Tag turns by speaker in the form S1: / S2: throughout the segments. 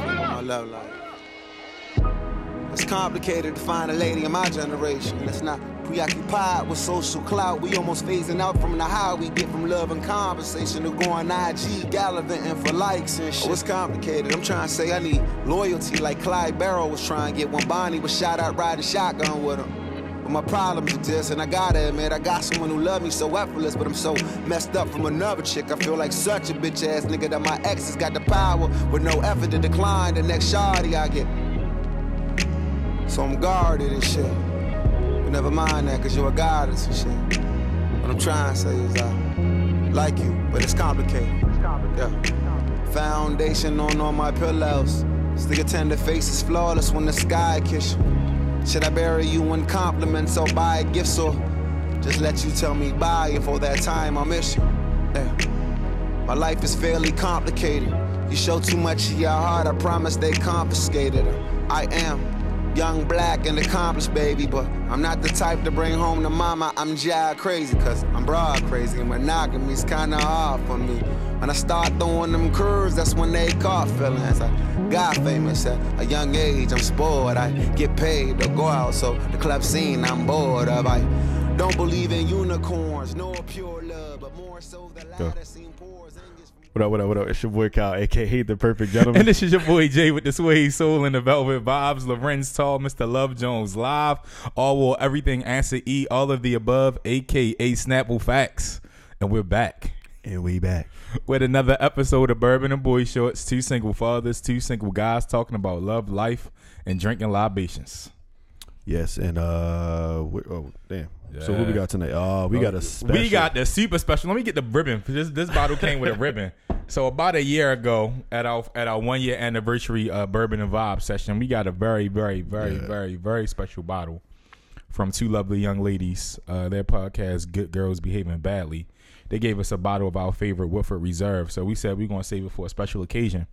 S1: love life. It's complicated to find a lady in my generation that's not preoccupied with social clout. We almost phasing out from the high we get from love and conversation to going IG gallivanting for likes and shit. Oh, it's complicated. I'm trying to say I need loyalty like Clyde Barrow was trying to get when Bonnie was shot out riding shotgun with him. But my problems are this, and I gotta admit, I got someone who love me so effortless, but I'm so messed up from another chick. I feel like such a bitch ass nigga that my ex has got the power with no effort to decline the next shawty I get. So I'm guarded and shit. But never mind that, cause you're a goddess and shit. What I'm trying to say is I like you, but it's complicated. Yeah. Foundation on all my pillows. Stick tender face is flawless when the sky kiss you. Should I bury you in compliments or buy gifts or just let you tell me bye if all that time I miss you? Yeah. My life is fairly complicated. You show too much of your heart, I promise they confiscated her. I am young, black, and accomplished, baby, but I'm not the type to bring home to mama. I'm jive crazy, cause I'm broad crazy, and monogamy's kinda hard for me. When I start throwing them curves, that's when they caught feelings. I got famous at a young age, I'm spoiled. I get paid to go out, so the club scene I'm bored of. I don't believe in unicorns, nor pure love, but more so the
S2: Go.
S1: latter seem poor. as English-
S2: What up, what up, what up? It's your boy Kyle, aka the perfect gentleman.
S3: And this is your boy Jay with the Sway Soul and the Velvet Vibes, Lorenz Tall, Mr. Love Jones Live, All Will Everything Answer E, all of the above, aka Snapple Facts. And we're back
S2: and we back.
S3: with another episode of Bourbon and Boy Shorts, two single fathers, two single guys talking about love, life, and drinking libations.
S2: Yes, and uh, we, oh damn. So what we
S3: Yeah. Uh,
S2: got tonight? Oh, we got a special.
S3: We got the super special. Let me get the ribbon. 'cause This this bottle came with a ribbon. So about a year ago, at our at our one year anniversary uh, bourbon and vibe session, we got a very very very
S2: Yeah.
S3: very very special bottle from two lovely young ladies. Uh, their podcast, Good Girls Behaving Badly. They gave us a bottle of our favorite Woodford Reserve. So we said we are gonna save it for a special occasion,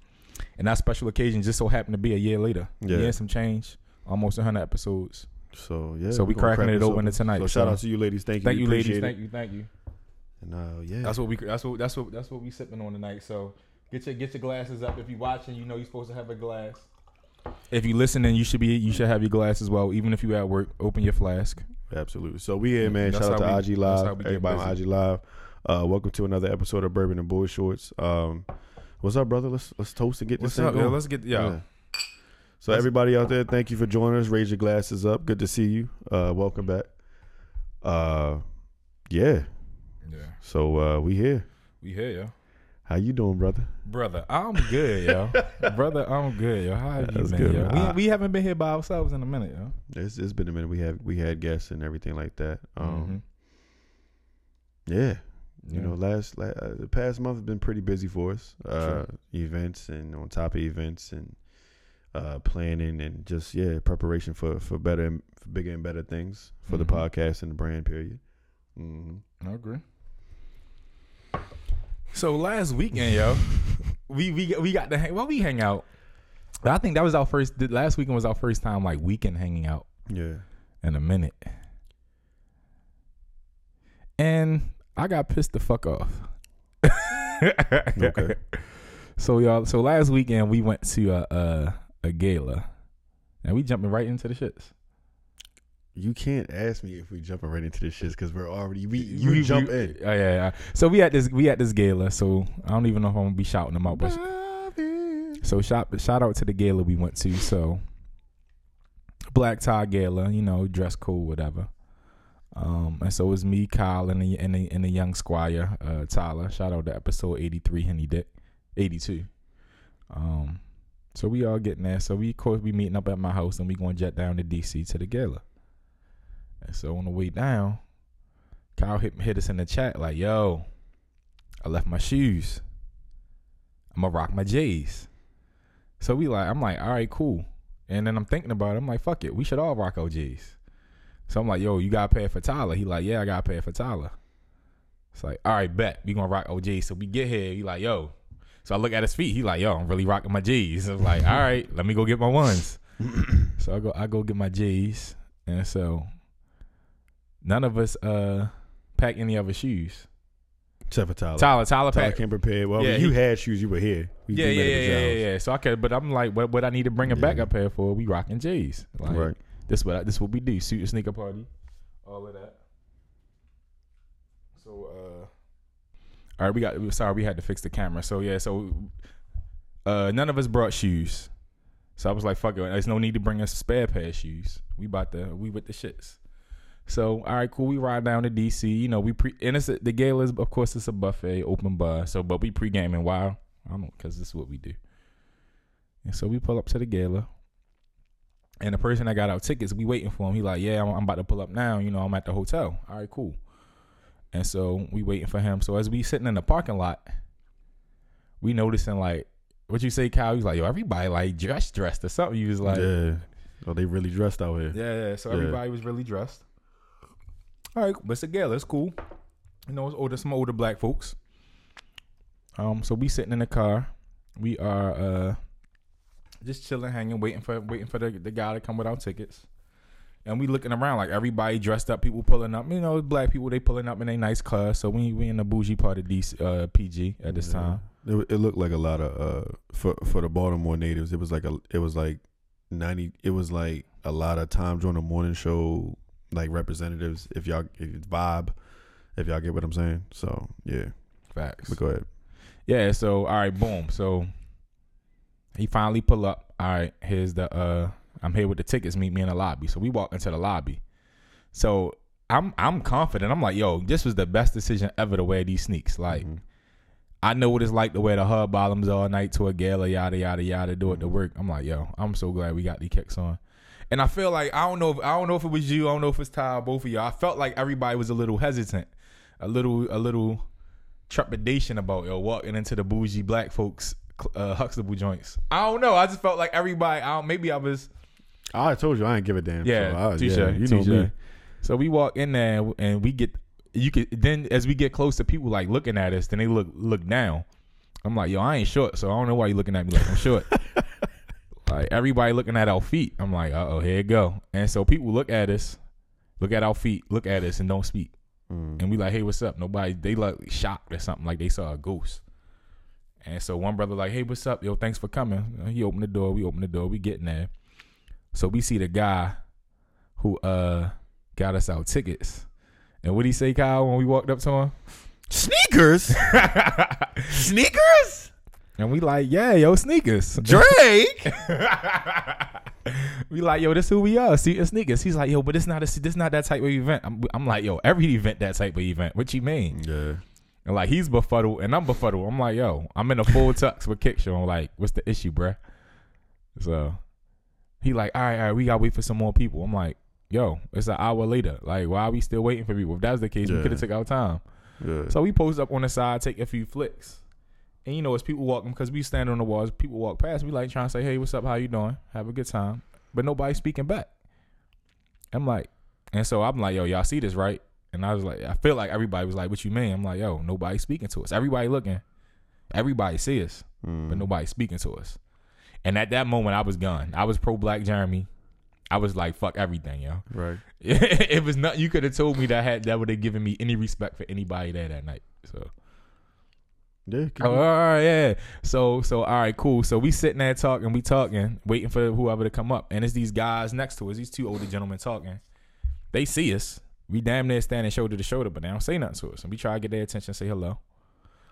S3: and that special occasion just so happened to be a year later.
S2: Yeah.
S3: Yeah, some change. Almost 100 episodes.
S2: So yeah.
S3: So we
S2: gonna
S3: cracking
S2: crack
S3: it
S2: this
S3: open tonight,
S2: So,
S3: so-
S2: shout out to you ladies. Thank you.
S3: Thank
S2: We
S3: you,
S2: appreciate
S3: ladies.
S2: it.
S3: Thank you, thank you.
S2: And uh, yeah.
S3: That's what we. That's what. That's what. That's what we sipping on tonight. So get your get your glasses up. If you're watching, you know you're supposed to have a glass. If you listening, you should be. You should have your glass as well. Even if you at work, open your flask.
S2: Absolutely. So we here, man.
S3: That's
S2: Shout
S3: how
S2: out to
S3: we-
S2: IG
S3: that's how
S2: Live.
S3: we get
S2: Everybody on
S3: busy.
S2: IG Live. Uh, welcome to another episode of Bourbon and Boy Shorts. Um, what's up, brother? Let's let's toast and get this thing going.
S3: get.
S2: Yeah. So everybody out there, thank you for joining us. Raise your glasses up. Good to see you. Uh, welcome back. Uh, yeah.
S3: yeah.
S2: So uh, we here.
S3: We here, yo.
S2: How you doing, brother?
S3: Brother, I'm good, yo. Brother, I'm good, yo. How have you
S2: That's
S3: been,
S2: good,
S3: yo?
S2: man. I-
S3: We, we haven't been here by ourselves in a minute, yo.
S2: It's, it's been a minute. We had we had guests and everything like that. Um,
S3: Mhm.
S2: Yeah. You
S3: Yeah.
S2: know, last, la uh, the past month has been pretty busy for us. Uh, Events and on top of events and uh, planning and just yeah preparation for for better and for bigger and better things for the
S3: Mhm.
S2: podcast and the brand. Period. hmm
S3: I agree. So last weekend, yo, we we we got to hang. Well, we hang out. But I think that was our first. th- Last weekend was our first time like weekend hanging out
S2: Yeah.
S3: in a minute. And I got pissed the fuck off.
S2: Okay.
S3: So y'all, so last weekend we went to a a, a gala, and we jumping right into the shits.
S2: You can't ask me if we jumping right into this shit because we're already we you jump in.
S3: Oh, yeah, yeah. So we at this we at this gala. So I don't even know if I'm gonna be shouting them out, but So shout shout out to the gala we went to. So black tie gala, you know, dress cool, whatever. Um, and so it was me, Kyle, and the and the, and the young squire, uh, Tyler. Shout out to episode eighty three, Henny Dick, eighty two. Um, so we all getting there. So we of course we meeting up at my house, and we going to jet down to DC to the gala. And so on the way down, Kyle hit hit us in the chat like, "Yo, I left my shoes. I'ma rock my J's." So we like, I'm like, all right, cool. And then I'm thinking about it. I'm like, fuck it, we should all rock OGs. So I'm like, yo, you gotta pay for Tyler. He like, yeah, I gotta pay for Tyler. It's like, all right, bet we gonna rock OGs. So we get here. He like, yo. So I look at his feet. He like, yo, I'm really rocking my G's. I'm like, all right, let me go get my ones. so I go, I go get my G's, and so none of us uh pack any of our shoes.
S2: Except for Tyler.
S3: Tyler, Tyler,
S2: Tyler
S3: Pat-
S2: came prepared. Well,
S3: Yeah,
S2: you
S3: he-
S2: had shoes. You were here. We-
S3: yeah,
S2: we met
S3: yeah, yeah,
S2: at
S3: yeah,
S2: your
S3: yeah,
S2: house.
S3: yeah. So I could, but I'm like, what, what I need to bring it back
S2: Yeah.
S3: up here for? We rocking J's, like,
S2: Right.
S3: This what I, this what we do: suit and sneaker party, all of that. So, uh, all right, we got. we- Sorry, we had to fix the camera. So yeah, so uh, none of us brought shoes. So I was like, fuck it. There's no need to bring us spare pair of shoes. We about to, we with the shits. So all right, cool. We ride down to DC. You know, we pre and it's the gala is of course it's a buffet, open bar. So but we pre gaming. Wow, I don't because this is what we do. And so we pull up to the gala. And the person that got our tickets, we waiting for him. He like, yeah, I'm, I'm about to pull up now. You know, I'm at the hotel. All right, cool. And so we waiting for him. So as we sitting in the parking lot, we noticing like, what you say, Kyle? He's like, yo, everybody like dressed dressed or something. You was like,
S2: yeah. Oh, they really dressed out here.
S3: yeah, yeah. So
S2: Yeah.
S3: everybody was really dressed. All right, but it's a gala. It's cool. You know, it's older, some older black folks. Um, so we sitting in the car. We are uh just chilling, hanging, waiting for waiting for the, the guy to come with our tickets. And we looking around like everybody dressed up, people pulling up. You know, black people they pulling up in their nice cars. So we we in the bougie part of DC, uh, PG at this
S2: Yeah.
S3: time.
S2: It, wa- it looked like a lot of uh for for the Baltimore natives. It was like a it was like ninety. It was like a lot of times on the morning show like representatives. If y'all if it's vibe, if y'all get what I'm saying. So yeah,
S3: Facts.
S2: but go ahead.
S3: Yeah, so all right, boom. So he finally pull up. All right, here's the uh I'm here with the tickets, meet me in the lobby. So we walk into the lobby. So I'm I'm confident. I'm like, yo, this was the best decision ever to wear these sneaks. Like
S2: Mhm.
S3: I know what it's like to wear the hub bottoms all night to a gala, yada yada yada, do it to work. I'm like, yo, I'm so glad we got these kicks on. And I feel like I don't know if I don't know if it was you, I don't know if it's Ty, both of y'all. I felt like everybody was a little hesitant, a little a little trepidation about yo walking into the bougie black folks cl- uh, Huxtable joints. I don't know. I just felt like everybody. I don't, maybe I was
S2: I told you I ain't give a damn. so
S3: yeah,
S2: I-
S3: t-shirt,
S2: yeah, you know
S3: t-shirt.
S2: me.
S3: So we walk in there and we get you could then as we get close to people like looking at us, then they look look down. I'm like, yo, I ain't short, so I don't know why you looking at me like I'm short. like everybody looking at our feet. I'm like, uh oh, here it go. And so people look at us, look at our feet, look at us, and don't speak.
S2: Mm.
S3: And we like, hey, what's up? Nobody they like shocked or something, like they saw a ghost. And so one brother like, hey, what's up? Yo, thanks for coming. He opened the door, we opened the door, we getting there. So we see the guy who uh got us our tickets. And what would he say, Kyle, when we walked up to him?
S2: Sneakers, sneakers,
S3: And we like, yeah, yo, sneakers.
S2: Drake.
S3: we like, yo, this who we are, see, and sneakers. He's like, yo, but it's not a, this not that type of event. I'm, I'm like, yo, every event that type of event. What you mean?
S2: yeah,
S3: And like he's befuddled and I'm befuddled. I'm like, yo, I'm in a full tux with Kick Show. I'm like, what's the issue, bruh? So he like, all right, all right, we gotta wait for some more people. I'm like, yo, it's an hour later. Like, why are we still waiting for people? If that's the case, we
S2: Yeah.
S3: could have took our time.
S2: yeah.
S3: So we post up on the side, take a few flicks. And you know, as people walking, because we stand on the walls, people walk past, we like trying to say, hey, what's up? How you doing? Have a good time. But nobody's speaking back. I'm like, and so I'm like, yo, y'all see this, right? And I was like, I feel like everybody was like, what you mean? I'm like, yo, nobody speaking to us. Everybody looking. Everybody see us, but nobody speaking to us. And at that moment, I was gone. I was pro black Jeremy. I was like, fuck everything, yo.
S2: right.
S3: it was not. You could have told me that had that would have given me any respect for anybody there that night. So
S2: Yeah, keep
S3: oh, all right, yeah. So so all right, cool. So we sitting there talking, we talking, waiting for whoever to come up, and it's these guys next to us, these two older gentlemen talking. They see us. We damn near standing shoulder to shoulder, but they don't say nothing to us, and we try to get their attention, say hello.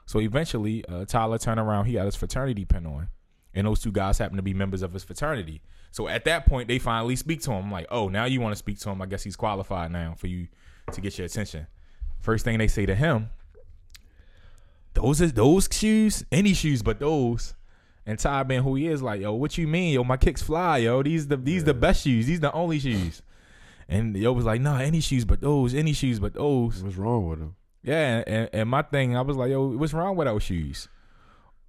S3: So eventually, uh, Tyler turned around. He got his fraternity pin on, and those two guys happen to be members of his fraternity. So at that point, they finally speak to him. I'm like, oh, now you want to speak to him? I guess he's qualified now for you to get your attention. First thing they say to him, those is those shoes, any shoes but those. And Ty being who he is, like, yo, what you mean? Yo, my kicks fly, yo. These the these the best shoes. These the only shoes. And yo was like, nah, any shoes but those, any shoes but those.
S2: What's wrong with him?
S3: Yeah, and, and my thing, I was like, yo, what's wrong with our shoes?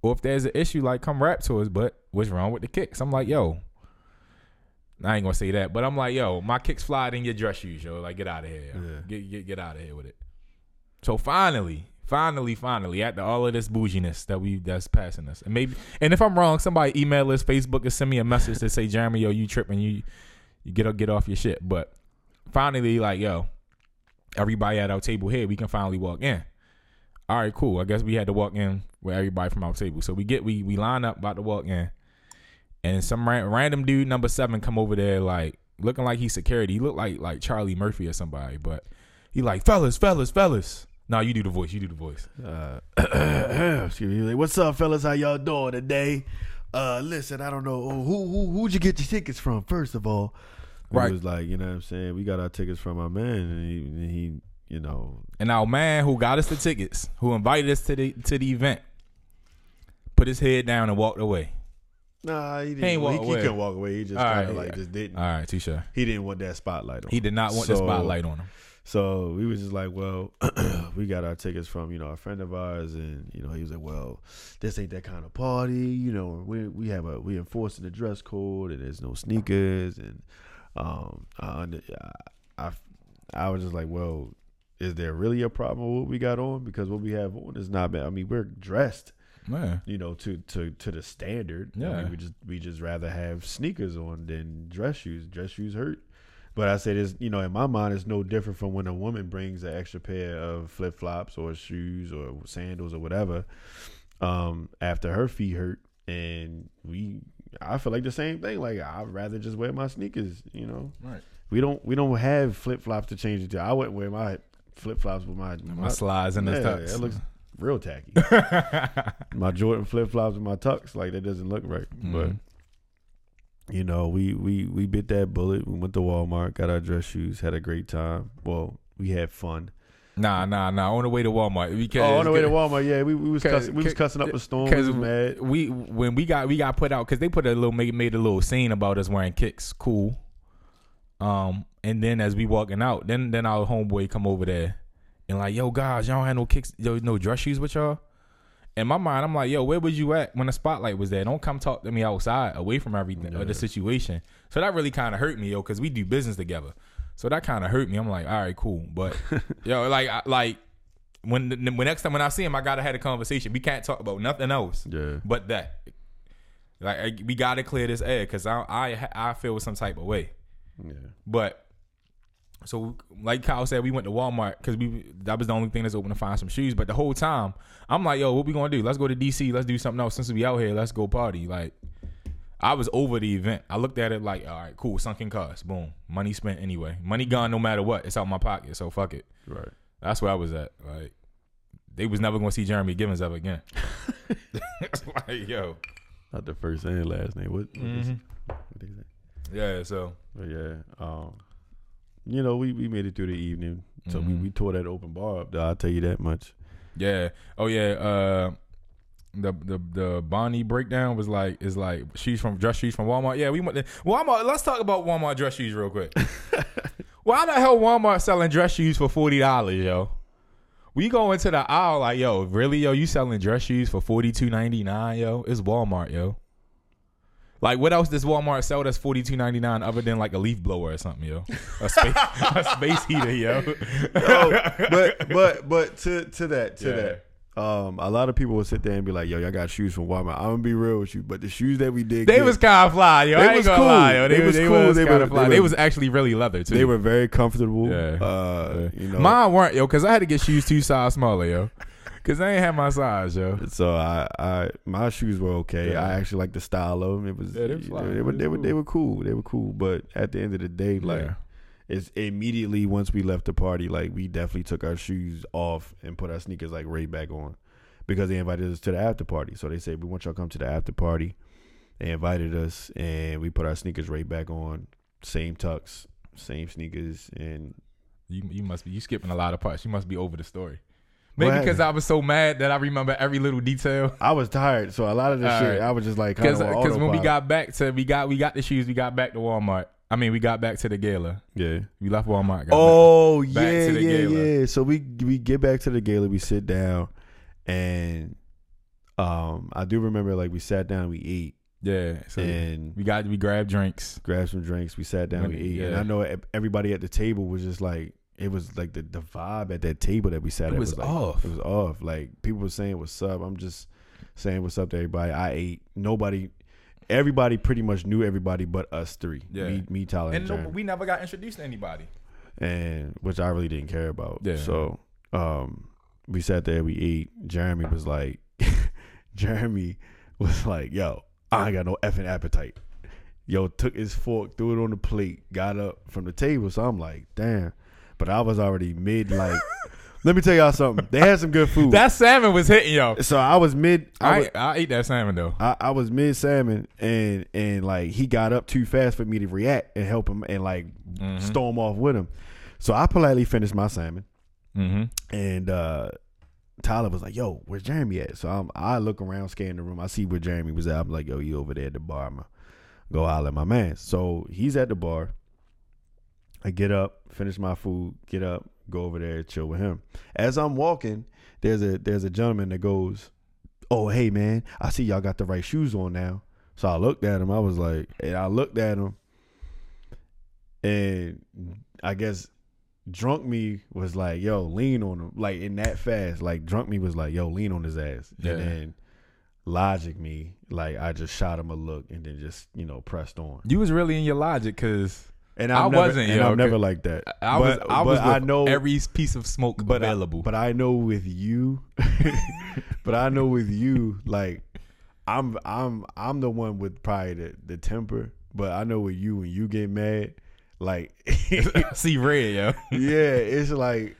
S3: Or if there's an issue, like come rap to us, but what's wrong with the kicks? I'm like, yo. I ain't gonna say that, but I'm like, yo, my kicks fly in your dress shoes, yo. Like, get out of here, yo.
S2: Yeah.
S3: Get, get get out of here with it. So finally, finally, finally, after all of this bouginess that we that's passing us, and maybe, and if I'm wrong, somebody email us, Facebook, or send me a message to say, Jeremy, yo, you tripping, you you get get off your shit. But finally, like, yo, everybody at our table here, we can finally walk in. all right, cool. I guess we had to walk in with everybody from our table. So we get we we line up about to walk in, and some ran, random dude number seven come over there like looking like he's security. He looked like like Charlie Murphy or somebody, but he like fellas, fellas, fellas. No, you do the voice. You do the voice.
S2: Uh, excuse me. Like, What's up, fellas? How y'all doing today? Uh, listen, I don't know who who who'd you get your tickets from. First of all,
S3: Right.
S2: He was like, you know, what I'm saying we got our tickets from our man, and he, and he you know,
S3: And our man who got us the tickets, who invited us to the to the event, put his head down and walked away.
S2: nah, he didn't.
S3: ain't walk
S2: he,
S3: away.
S2: couldn't walk away. He just
S3: All
S2: kind of
S3: right,
S2: like
S3: yeah.
S2: just didn't.
S3: All right, Tisha.
S2: He didn't want that spotlight on.
S3: He
S2: him.
S3: did not want the
S2: So-
S3: spotlight on him.
S2: So we was just like, well, we got our tickets from you know a friend of ours, and you know he was like, well, this ain't that kind of party, you know. We we have a we enforcing the dress code, and there's no sneakers, and um, I under, I, I I was just like, well, is there really a problem with what we got on? Because what we have on is not bad. I mean, we're dressed,
S3: Man.
S2: you know, to to to the standard. I mean,
S3: Yeah.
S2: we just we just rather have sneakers on than dress shoes. Dress shoes hurt. But I say this, you know, in my mind, it's no different from when a woman brings an extra pair of flip flops or shoes or sandals or whatever um, after her feet hurt, and we, I feel like the same thing. Like I'd rather just wear my sneakers. You know,
S3: Right.
S2: we don't we don't have flip flops to change it to. I wouldn't wear my flip flops with my
S3: My slides and
S2: yeah,
S3: the
S2: it
S3: stuff.
S2: looks real tacky. my Jordan flip flops and my tux, like that doesn't look right.
S3: Mhm.
S2: But you know, we we we bit that bullet. We went to Walmart, got our dress shoes, had a great time. Well, we had fun.
S3: Nah, nah, nah. On the way to Walmart. Because,
S2: oh, on the way to Walmart, yeah, we, we was
S3: 'cause-
S2: cussing, we was
S3: 'cause-
S2: cussing up a storm. We
S3: Because
S2: was mad.
S3: we when we got we got put out because they put a little made, made a little scene about us wearing kicks, cool. Um, and then as we walking out, then then our homeboy come over there and like, yo guys, y'all don't have no kicks, yo no dress shoes with y'all. In my mind, I'm like, yo, where was you at when the spotlight was there? Don't come talk to me outside, away from everything or the situation. So that really kind of hurt me, yo, because we do business together. So that kind of hurt me. I'm like, all right, cool, but yo, like, I, like when the, when next time when I see him, I gotta have a conversation. We can't talk about nothing else
S2: Yeah.
S3: but that. Like I- we gotta clear this air because I I I feel some type of way.
S2: Yeah.
S3: But so like Kyle said, we went to Walmart because we that was the only thing that's open to find some shoes. But the whole time I'm like, yo, what we gonna do? Let's go to DC. Let's do something else. Since we out here, let's go party. Like I was over the event. I looked at it like, all right, cool, sunken cost, boom, money spent anyway, money gone no matter what. It's out my pocket, so fuck it.
S2: Right.
S3: That's where I was at. Like, they was never gonna see Jeremy Givens ever again. it's like, yo,
S2: Not the first and last name. What? what is- what is it?
S3: yeah. So
S2: But yeah, um, you know, we, we made it through the evening, so we, we tore that open bar up. though, I'll tell you that much.
S3: yeah. Oh yeah. Uh, the the the Bonnie breakdown was like is like she's from dress shoes from Walmart. Yeah, we went to Walmart. Let's talk about Walmart dress shoes real quick. Why the hell Walmart selling dress shoes for forty dollars, yo? We go into the aisle like, yo, really, yo, you selling dress shoes for forty two ninety nine, yo? It's Walmart, yo. Like, what else does Walmart sell that's forty two ninety nine other than like a leaf blower or something, yo? A space, a space heater, yo.
S2: Oh, but but but to to that to
S3: Yeah.
S2: that. Um, a lot of people will sit there and be like, "Yo, y'all got shoes from Walmart." I'm gonna be real with you, but the shoes that we did,
S3: They
S2: get,
S3: was kind of fly, yo.
S2: They
S3: I ain't
S2: was
S3: gonna
S2: cool.
S3: lie, yo. They,
S2: They
S3: was,
S2: was
S3: they
S2: cool.
S3: was
S2: They
S3: kind
S2: were-
S3: of fly.
S2: they
S3: They,
S2: were-
S3: was actually really leather too.
S2: they were very comfortable.
S3: Yeah.
S2: Uh, you know,
S3: Mine weren't yo, cause I had to get shoes two size smaller, yo, cause they ain't have my size, yo.
S2: so I, I my shoes were okay.
S3: Yeah.
S2: I actually liked the style of them. It was
S3: Yeah, they was
S2: you
S3: fly.
S2: know, they, were
S3: They
S2: they
S3: was
S2: were they were cool. They were cool. But at the end of the day, like
S3: Yeah.
S2: it's immediately once we left the party, like we definitely took our shoes off and put our sneakers like right back on because they invited us to the after party. So they said we want y'all to come to the after party. They invited us and we put our sneakers right back on, same tux, same sneakers, and
S3: You you must be you skipping a lot of parts. You must be over the story. Maybe
S2: happened?
S3: because I was so mad that I remember every little detail.
S2: I was tired, so a lot of this
S3: All
S2: shit
S3: right.
S2: I was just like,
S3: Because
S2: kinda on
S3: when we
S2: autopilot.
S3: got back to we got we got the shoes, we got back to Walmart. I mean, we got back to the gala.
S2: yeah.
S3: We left Walmart. got
S2: Oh
S3: back
S2: yeah,
S3: to the
S2: yeah,
S3: gala.
S2: yeah. So we we get back to the gala, we sit down, and um, I do remember like we sat down, we ate,
S3: back. yeah. So
S2: and
S3: we got we grabbed drinks.
S2: grabbed some drinks. We sat down, we
S3: When-
S2: ate, and
S3: yeah.
S2: I know e- everybody at the table was just like it was like the, the vibe at that table that we sat
S3: It
S2: at
S3: was
S2: like,
S3: off.
S2: It was off. Like people were saying what's up. I'm just saying what's up to everybody. I ate. Nobody, everybody pretty much knew everybody but us three.
S3: Yeah.
S2: me, me Tyler, and,
S3: And no,
S2: Jeremy.
S3: we never got introduced to anybody.
S2: and which I really didn't care about.
S3: Yeah.
S2: So, um, we sat there, we ate. Jeremy was like, Jeremy was like, yo, I ain't got no effing appetite. Yo, took his fork, threw it on the plate, got up from the table. So I'm like, damn. But I was already mid, like, let me tell y'all something. They had some good food.
S3: That salmon was hitting, yo.
S2: so I was mid. I,
S3: I
S2: was,
S3: I ate that salmon though.
S2: I, I was mid salmon and and like he got up too fast for me to react and help him and like storm off with him. So I politely finished my salmon
S3: Mm-hmm.
S2: and uh Tyler was like, "Yo, where's Jeremy at?" So I'm, I look around, scan the room. I see where Jeremy was at. I'm like, "Yo, you over there at the bar? I'ma go holler at my man." So he's at the bar. I get up, finish my food, get up, go over there, chill with him. As I'm walking, there's a there's a gentleman that goes, "Oh, hey man, I see y'all got the right shoes on now." So I looked at him. I was like, and I looked at him, and I guess drunk me was like, yo, lean on him. Like in that fast, like drunk me was like, yo, lean on his ass.
S3: Yeah.
S2: And then logic me, like I just shot him a look and then just, you know, pressed on.
S3: You was really in your logic because
S2: And
S3: I
S2: I'm never,
S3: wasn't,
S2: and
S3: yo,
S2: I'm never
S3: 'cause
S2: like that.
S3: I was
S2: But-
S3: I was
S2: but
S3: with
S2: I know
S3: every piece of smoke
S2: but I-
S3: available.
S2: but I know with you, but I know with you, like I'm I'm I'm the one with probably the, the temper. But I know with you when you get mad, like
S3: See red, yo.
S2: yeah, it's like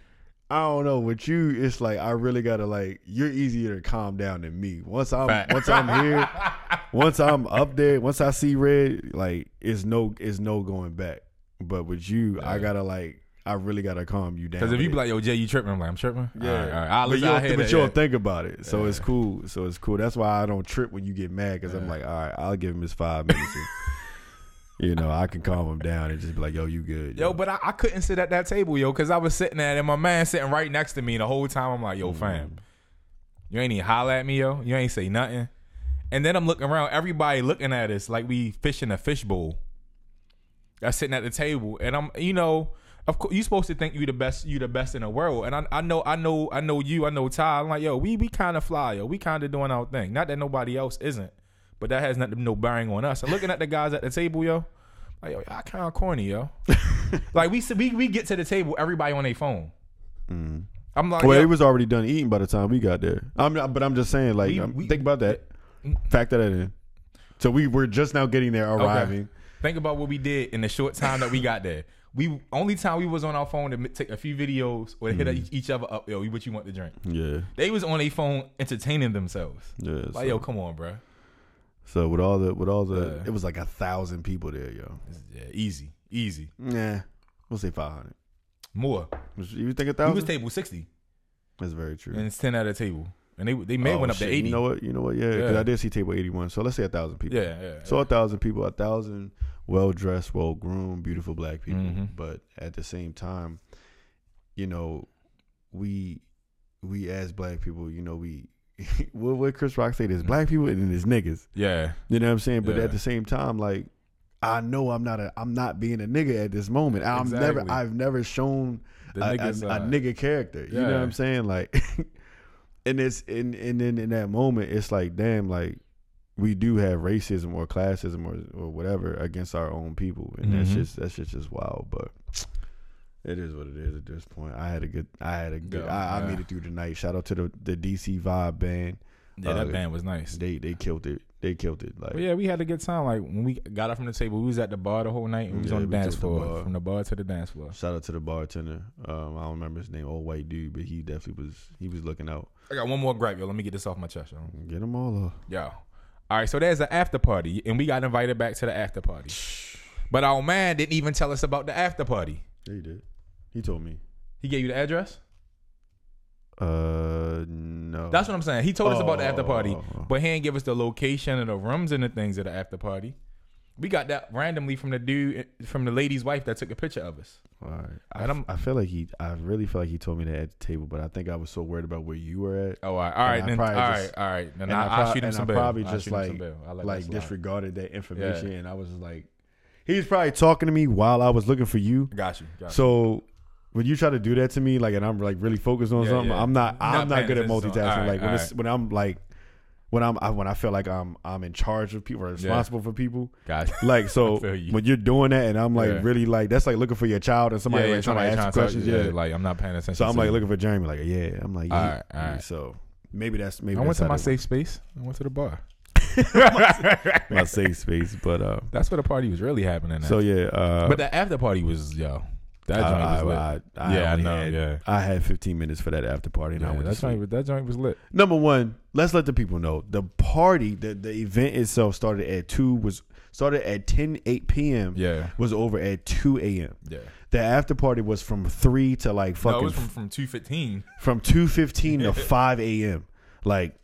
S2: I don't know with you. It's like I really gotta like you're easier to calm down than me. Once I'm
S3: Fact.
S2: once I'm here, once I'm up there, once I see red, like it's no it's no going back. But with you, I gotta like I really gotta calm you down.
S3: Because if you
S2: with
S3: be like, yo, Jay, you tripping? I'm like, I'm tripping.
S2: it. yeah,
S3: All right, all right. I'll
S2: but
S3: listen,
S2: you don't,
S3: I
S2: but
S3: hear that,
S2: you
S3: yeah.
S2: don't think about it, so it's cool. So it's cool. That's why I don't trip when you get mad because I'm
S3: Yeah.
S2: like, all right, I'll give him his five minutes. and, you know, I can calm him down and just be like, yo, you good?
S3: Yo, but I, I couldn't sit at that table, yo, because I was sitting there and my man sitting right next to me the whole time. I'm like, yo,
S2: Mm-hmm.
S3: fam, you ain't even holler at me, yo. You ain't say nothing. And then I'm looking around, everybody looking at us like we fishing a fishbowl. That's sitting at the table. And I'm, you know, of course you supposed to think you the best, you the best in the world. And I, I know, I know, I know you, I know Ty. I'm like, yo, we we kind of fly, yo. We kind of doing our thing. Not that nobody else isn't, but that has nothing no bearing on us. And looking at the guys at the table, yo, like, yo, I kind of corny, yo. Like we we we get to the table, everybody on their phone. I'm
S2: Mm.
S3: like,
S2: Well,
S3: yo,
S2: it was already done eating by the time we got there. I'm not, but I'm just saying, like,
S3: We-
S2: I'm-
S3: we- Mm.
S2: think about that. Factor that in. So we were just now getting there, arriving.
S3: think about what we did in the short time that we got there. We only time we was on our phone to m- take a few videos or
S2: Mm.
S3: hit each, each other up. Yo, what you want to drink?
S2: Yeah,
S3: They was on their phone entertaining themselves.
S2: yeah.
S3: Like,
S2: so,
S3: yo, come on, bro.
S2: so with all the, with all the,
S3: Yeah.
S2: it was like a thousand people there, yo.
S3: Yeah, easy, easy.
S2: Yeah, we'll say five hundred.
S3: More.
S2: You think a
S3: We
S2: thousand?
S3: was table sixty,
S2: That's very true.
S3: and it's ten at a table, and they they may
S2: Oh,
S3: went up
S2: shit,
S3: to eighty.
S2: You know what? You know what? Yeah, because
S3: Yeah.
S2: I did see table eighty-one. So let's say a thousand people.
S3: yeah, yeah.
S2: So a thousand people, a thousand well-dressed, well-groomed, beautiful black people.
S3: Mhm.
S2: But at the same time, you know, we we as black people, you know, we what what Chris Rock say? There's black people and then there's niggas.
S3: yeah,
S2: You know what I'm saying? But
S3: Yeah.
S2: at the same time, like I know I'm not a I'm not being a nigga at this moment. I'm
S3: Exactly.
S2: never I've never shown
S3: the
S2: a, a-
S3: niggas,
S2: a
S3: uh,
S2: nigga character. You know
S3: yeah.
S2: what I'm saying? Like, and it's and and then in that moment, it's like, damn, like we do have racism or classism or or whatever against our own people, and that's
S3: Mhm.
S2: just that's just just wild. But it is what it is at this point. I had a good, I had a good,
S3: Yeah,
S2: I, I
S3: yeah.
S2: made it through the night. Shout out to the the DC Vibe band.
S3: Yeah, that
S2: uh,
S3: band was nice.
S2: They they killed it. They killed it. Like
S3: But yeah, we had a good time. Like when we got up from the table, we was at the bar the whole night and we was
S2: Yeah,
S3: on the
S2: we took
S3: dance
S2: the
S3: floor.
S2: bar.
S3: From the bar to the dance floor.
S2: shout out to the bartender. Um, I don't remember his name, old white dude, but he definitely was he was looking out.
S3: I got one more gripe, yo. Let me get this off my chest, yo.
S2: Get them all up.
S3: Yo. All right, so there's an after party, and we got invited back to the after party. But our man didn't even tell us about the after party.
S2: Yeah, he did. He told me.
S3: He gave you the address?
S2: Uh, no.
S3: That's what I'm saying. He told us about the after party,
S2: Oh.
S3: but he didn't give us the location and the rooms and the things of the after party. We got that randomly from the dude, from the lady's wife that took a picture of us.
S2: All right. I,
S3: And
S2: f-
S3: I'm-
S2: I feel like he. I really feel like he told me that at the table, but I think I was so worried about where you were at.
S3: Oh, all right, all right,
S2: I
S3: then, all
S2: probably
S3: right,
S2: just-
S3: all right. Then
S2: and I
S3: I, I'll
S2: prob-
S3: shoot him
S2: and
S3: some
S2: I
S3: bail.
S2: probably
S3: I'll
S2: just
S3: shoot him some
S2: like-
S3: bail. I
S2: like
S3: that slide.
S2: disregarded that information, and I was just like, he was probably talking to me while I was looking for you.
S3: Got you. Got you.
S2: So when you try to do that to me, like, and I'm like really focused on
S3: Yeah,
S2: something,
S3: yeah.
S2: I'm not.
S3: Not
S2: I'm not
S3: paying
S2: good at
S3: attention to
S2: multitasking.
S3: something. All right,
S2: like when
S3: all
S2: it's when I'm like when I'm I, when I feel like I'm I'm in charge of people, or responsible for people.
S4: Gotcha.
S2: Like so,
S4: I feel you.
S2: when you're doing that, and I'm like
S4: Yeah.
S2: really like that's like looking for your child, and somebody
S4: yeah,
S2: like,
S4: trying
S2: trying
S4: to-
S2: to
S4: trying
S2: ask
S4: to
S2: you
S4: tell-
S2: questions.
S4: yeah,
S2: yeah,
S4: like I'm not paying attention.
S2: so I'm
S4: to
S2: like
S4: you.
S2: looking for Jeremy. Like yeah, I'm like yeah.
S4: All right, all right.
S2: So maybe that's maybe
S3: I went
S2: that's
S3: to
S2: how
S3: my
S2: they-
S3: safe space. I went to the bar.
S2: my safe space, but um.
S3: That's where the party was really happening. At.
S2: So yeah, uh,
S4: but the after party was yo. That
S2: I,
S4: joint
S2: Ah, I,
S4: was lit.
S2: I, I
S4: Yeah, I
S2: only
S4: know,
S2: Had,
S4: yeah.
S2: I had 15 minutes for that after party, and I
S3: yeah,
S2: went to
S3: that
S2: sleep.
S3: joint, was- that joint was lit.
S2: Number one, let's let the people know the party, the, the event itself started at two was started at 10 8 p.m.
S4: yeah,
S2: was over at 2 a.m.
S4: yeah.
S2: The after party was from three to like
S4: No, it
S2: fucking
S4: was from from two fifteen.
S2: from two fifteen to five a.m. Like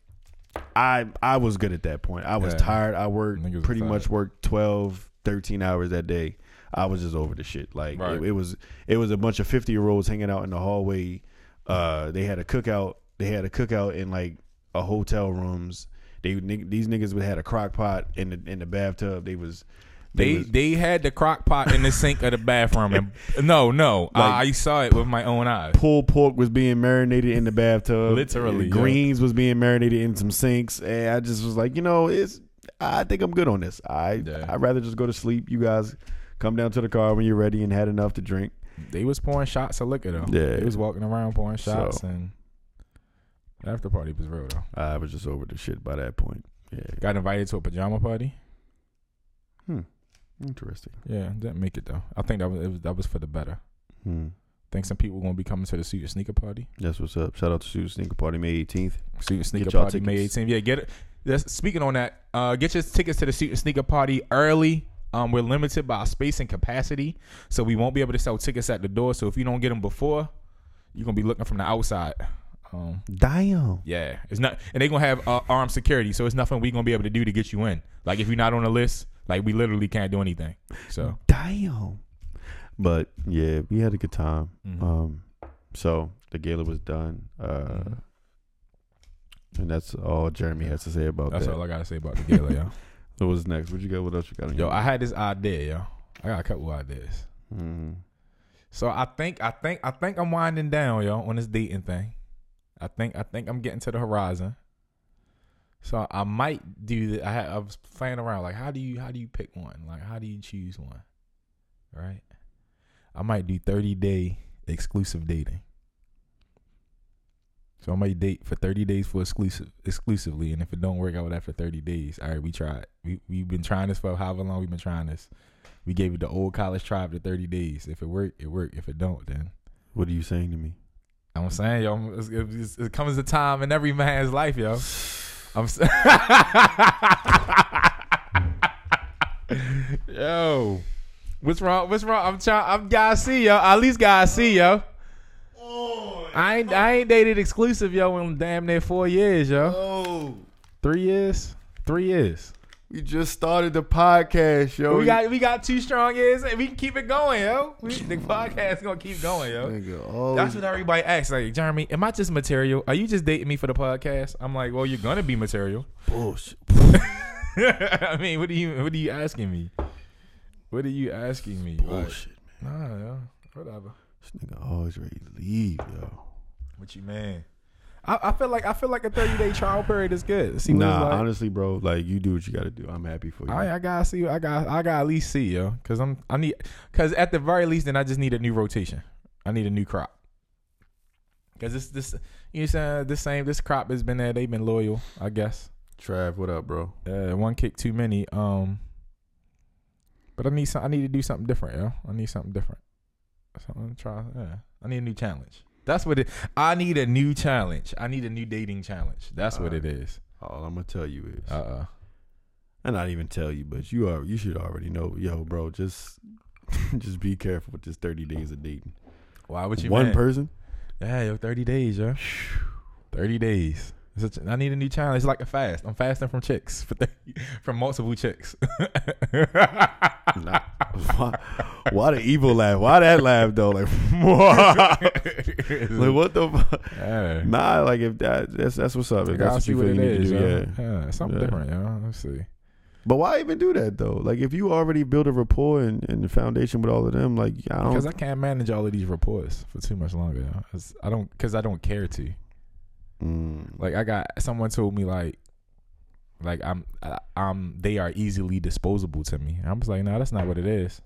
S2: I I was good at that point. I was
S3: Yeah.
S2: tired. I worked
S3: Niggas was
S2: pretty
S3: tired.
S2: much worked 12, 13 hours that day. I was just over the shit. Like
S4: Right.
S2: it, it was it was a bunch of fifty year olds hanging out in the hallway. Uh, they had a cookout. They had a cookout in like a hotel rooms. They nig- these niggas would had a crock pot in the in the bathtub. They was
S3: They
S2: was-
S3: they had the crock pot in the sink of the bathroom, and no, no, I, I saw it with my own eyes.
S2: pulled pork was being marinated in the bathtub.
S3: Literally,
S2: Uh,
S3: yeah.
S2: greens was being marinated in some sinks. And I just was like, you know, it's. I think I'm good on this. I
S4: Yeah.
S2: I'd rather just go to sleep. You guys come down to the car when you're ready and had enough to drink.
S3: They was pouring shots of liquor though.
S2: Yeah.
S3: they was walking around pouring shots,
S2: So-
S3: and the after party was real though.
S2: I was just over the shit by that point. Yeah,
S3: Got invited to a pajama party.
S2: interesting.
S3: Yeah, didn't make it though. I think that was, it was that was for the better.
S2: Hmm.
S3: Think some people gonna be coming to the suit and sneaker party.
S2: That's what's up. Shout out to Shoot Sneaker Party May 18th.
S3: Suit and sneaker
S2: y'all
S3: party May
S2: tickets.
S3: 18th. Yeah, get it. That's, speaking on that, uh, get your tickets to the suit and sneaker party early. Um, we're limited by space and capacity, so we won't be able to sell tickets at the door. So if you don't get them before, you're gonna be looking from the outside. Um,
S2: Damn.
S3: yeah, it's not, and they're gonna have uh, armed security, so it's nothing we gonna be able to do to get you in. Like if you're not on the list, like we literally can't do anything. So
S2: Damn. But yeah, we had a good time.
S3: mm-hmm.
S2: Um, so the gala was done. Uh,
S3: Mhm.
S2: and that's all Jeremy has to say about
S3: that's
S2: that.
S3: all I gotta say about the gala, yo.
S2: So what's next? What you got? What else you got? on
S3: Yo,
S2: your-
S3: I had this idea, yo. I got a couple ideas.
S2: Mhm.
S3: So I think, I think, I think I'm winding down, yo, on this dating thing. I think, I think I'm getting to the horizon. So I might do that. I, had, I was playing around, like, how do you, how do you pick one? Like, how do you choose one? Right? I might do 30 day exclusive dating. So I might date for 30 days for exclusive, exclusively, and if it don't work out after 30 days, all right, we tried. We we've been trying this for however long we've been trying this. We gave it the old college tribe to 30 days. If it worked, it worked. If it don't, then
S2: What are you saying to me?
S3: I'm saying, yo, I'm- it's, it's, it comes a time in every man's life, yo. I'm s- yo. What's wrong? What's wrong? I'm trying. I'm gotta see yo. At least gotta see yo. I ain't I ain't dated exclusive yo in damn near four years yo.
S2: Oh,
S3: Three years. Three years.
S2: we just started the podcast, yo.
S3: We got we got two strong years and we can keep it going yo. We, the podcast gonna keep going yo.
S2: Nigga,
S3: That's what everybody asks. Like, Jeremy, am I just material? Are you just dating me for the podcast? I'm like, well, you're gonna be material.
S2: bullshit.
S3: I mean, what are you? What are you asking me? What are you asking me? Like,
S2: Bullshit.
S3: nah, yeah, whatever.
S2: This nigga always ready to leave, yo.
S3: What you man? I, I feel like I feel like a 30 day trial period is good. See what
S2: nah,
S3: it's like.
S2: honestly, bro, like you do what you got to do. I'm happy for you.
S3: I, I gotta see. I got. I gotta at least see yo. Cause I'm. I need. Cause at the very least, then I just need a new rotation. I need a new crop. Cause this this you know what I'm saying this same this crop has been there. They've been loyal, I guess.
S2: Trav, what up, bro?
S3: uh, one kick too many. Um, but I need some. I need to do something different, yo. I need something different. Something to try. Yeah. I need a new challenge. That's what it. I need a new challenge. I need a new dating challenge. That's what it is.
S2: All I'm gonna tell you is,
S3: Uh, uh
S2: and not even tell you, but you are you should already know, yo, bro. Just just be careful with this 30 days of dating.
S3: why would you?
S2: One
S3: One person.
S2: person,
S3: Yeah, yo, thirty days, yo. Thirty days. It's a ch- I need a new challenge. It's like a fast. I'm fasting from chicks for 30, from multiple chicks.
S2: Nah. why, why the evil laugh? Why that laugh though? Like, like what the? Fuck?
S3: Yeah.
S2: Nah, like if that that's that's what's up. If
S3: I'll
S2: that's what
S3: see
S2: you
S3: what
S2: feel
S3: it
S2: you need
S3: is.
S2: to do,
S3: yo.
S2: yeah.
S3: yeah, something
S2: Yeah.
S3: different, yo. Let's see.
S2: But why even do that though? Like if you already build a rapport and, and the foundation with all of them, like I don't.
S3: Because I can't manage all of these reports for too much longer. yo. It's- I don't because I don't care to.
S2: Mm.
S3: Like I got someone told me like Like I'm, I, I'm. They are easily disposable to me. I was like, no, that's not what it is.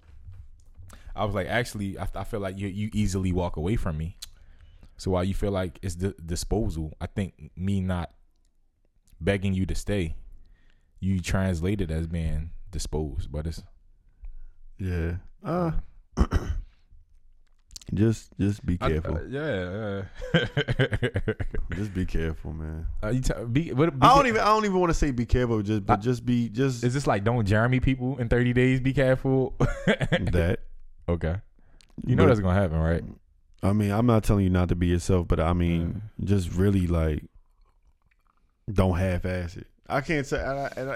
S3: I was like, actually, I, I feel like you you easily walk away from me. So while you feel like it's di- disposal, I think me not begging you to stay, you translate it as being disposed, but it's
S2: Yeah. Uh just just be
S4: I-
S2: careful.
S4: uh, yeah.
S3: uh,
S4: yeah.
S2: just be careful, man.
S3: Are you tell be, what, be
S2: I don't even I don't even want to say be careful, just but just be just
S3: Is this like don't Jeremy people in thirty days? Be careful.
S2: that.
S3: okay, you know
S2: But,
S3: that's gonna happen, right?
S2: I mean, I'm not telling you not to be yourself, but I mean, just really like don't half ass it. I can't say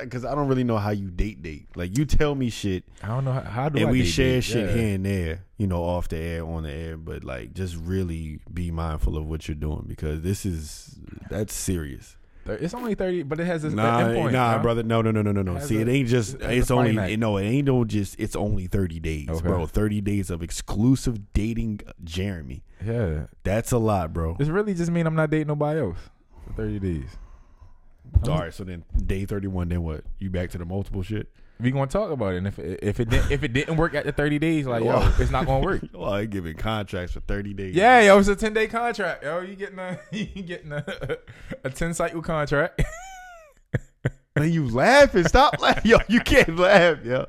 S2: because I, don't really know how you date date. Like you tell me shit,
S3: I don't know how, how do
S2: and
S3: I
S2: we
S3: date
S2: share
S3: you?
S2: shit
S3: Yeah.
S2: here and there, you know, off the air, on the air, but like just really be mindful of what you're doing because this is that's serious.
S3: Thir- It's only thirty, but it has this
S2: Nah,
S3: end point.
S2: nah,
S3: huh?
S2: brother, no, no, no, no, no, no.
S3: Has
S2: See, it
S3: a-
S2: ain't just
S3: has a
S2: it's only
S3: finite.
S2: no, it ain't no just it's only thirty days,
S3: Okay.
S2: bro. Thirty days of exclusive dating, uh, Jeremy.
S3: Yeah,
S2: That's a lot, bro.
S3: this really just mean I'm not dating nobody else for thirty days.
S2: All right, so then day thirty one, then what? You back to the multiple shit?
S3: We gonna talk about it. And if if it didn't, if it didn't work at the thirty days, like yo,
S2: Wow.
S3: it's not gonna work.
S2: Oh, I giving contracts for thirty days.
S3: Yeah, yo, it's a ten day contract. Yo, you getting a you getting a a ten cycle contract.
S2: Man, you laughing? Stop laughing, yo. You can't laugh, yo.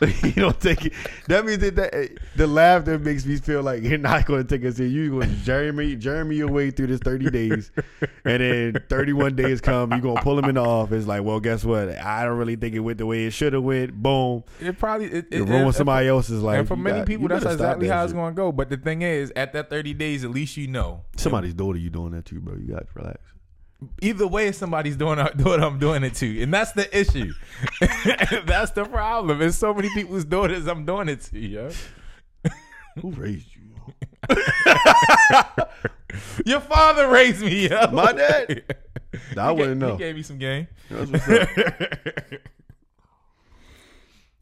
S2: you don't take it. That means that, that the laugh that makes me feel like you're not going to take us here. You going to Jeremy, Jeremy your way through this 30 days, and then 31 days come, you're going to pull him in the office. Like, well, guess what? I don't really think it went the way it should have went. Boom,
S3: It probably it, it,
S2: you
S3: it-
S2: ruined
S3: it-
S2: somebody else's life.
S3: and for
S2: You
S3: many
S2: got-
S3: people,
S2: you
S3: that's
S2: better stop
S3: exactly
S2: that
S3: how it's
S2: shit.
S3: going to go. But the thing is, at that 30 days, at least you know.
S2: Somebody's daughter, you doing that too, bro. You got to relax.
S3: Either way, somebody's doing what I'm doing it to, and that's the issue. that's the problem. There's so many people's daughters I'm doing it to. Yo,
S2: Who raised you?
S3: your father raised me. Yo,
S2: My dad? I
S3: He ga-
S2: wouldn't know.
S3: He gave me some game.
S2: That's what's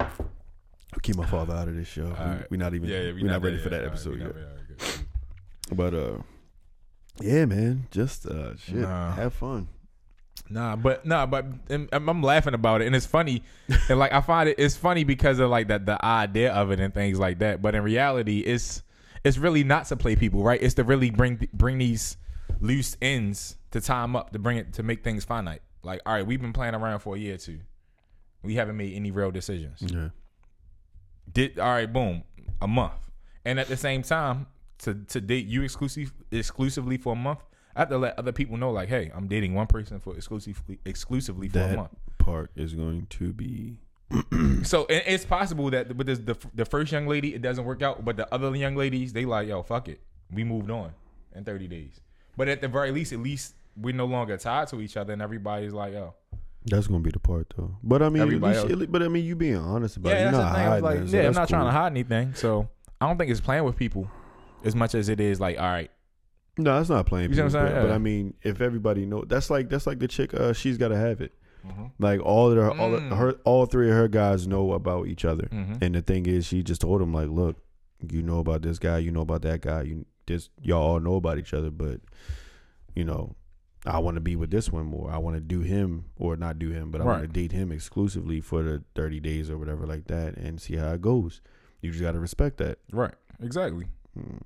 S2: up. Keep my father out of this show.
S3: Alright.
S2: We're not even.
S4: Yeah, yeah,
S2: we're not ready for that
S4: yeah,
S2: episode
S4: alright,
S2: yet.
S4: we not ready, alright,
S2: But uh, yeah, man, just uh, shit,
S3: Nah.
S2: have fun.
S3: Nah, but nah, but and, I'm I'm laughing about it, and it's funny, and like I find it, it's funny because of like that the idea of it and things like that. But in reality, it's it's really not to play people, right? It's to really bring bring these loose ends to tie 'em up, to bring it to make things finite. Like, all right, we've been playing around for a year or two, we haven't made any real decisions.
S2: Yeah,
S3: Did all right, boom, a month, and at the same time, to to date you exclusive exclusively for a month. I have to let other people know, like, hey, I'm dating one person for exclusively exclusively for a
S2: that
S3: month.
S2: part is going to be.
S3: So and it's possible that with this, the the first young lady it doesn't work out, but the other young ladies they like yo fuck it, we moved on in thirty days. But at the very least, at least we're no longer tied to each other, and everybody's like yo.
S2: That's gonna be the part though. But I mean, at
S3: Everybody
S2: least,
S3: else-
S2: at le- but I mean, you being honest about it.
S3: yeah,
S2: You're
S3: that's
S2: not
S3: the thing. I was
S2: hiding
S3: like,
S2: it, so
S3: yeah, I'm
S2: that's
S3: not trying to
S2: cool.
S3: hide anything. So I don't think it's playing with people as much as it is like all right,
S2: No, that's not playing.
S3: You see what
S2: people,
S3: I'm saying?
S2: But, but
S3: Yeah.
S2: I mean, if everybody know, that's like that's like the chick. Uh, she's gotta have it. Like all of her, all of
S3: Mm-hmm. Mm.
S2: her, all three of her guys know about each other.
S3: Mhm.
S2: And the thing is, she just told him like, look, you know about this guy, you know about that guy, you this y'all all know about each other, but you know, I want to be with this one more. I want to do him or not do him, but I want to
S3: Right.
S2: date him exclusively for the thirty days or whatever like that, and see how it goes. You just gotta respect that.
S3: right, exactly.
S2: Mm.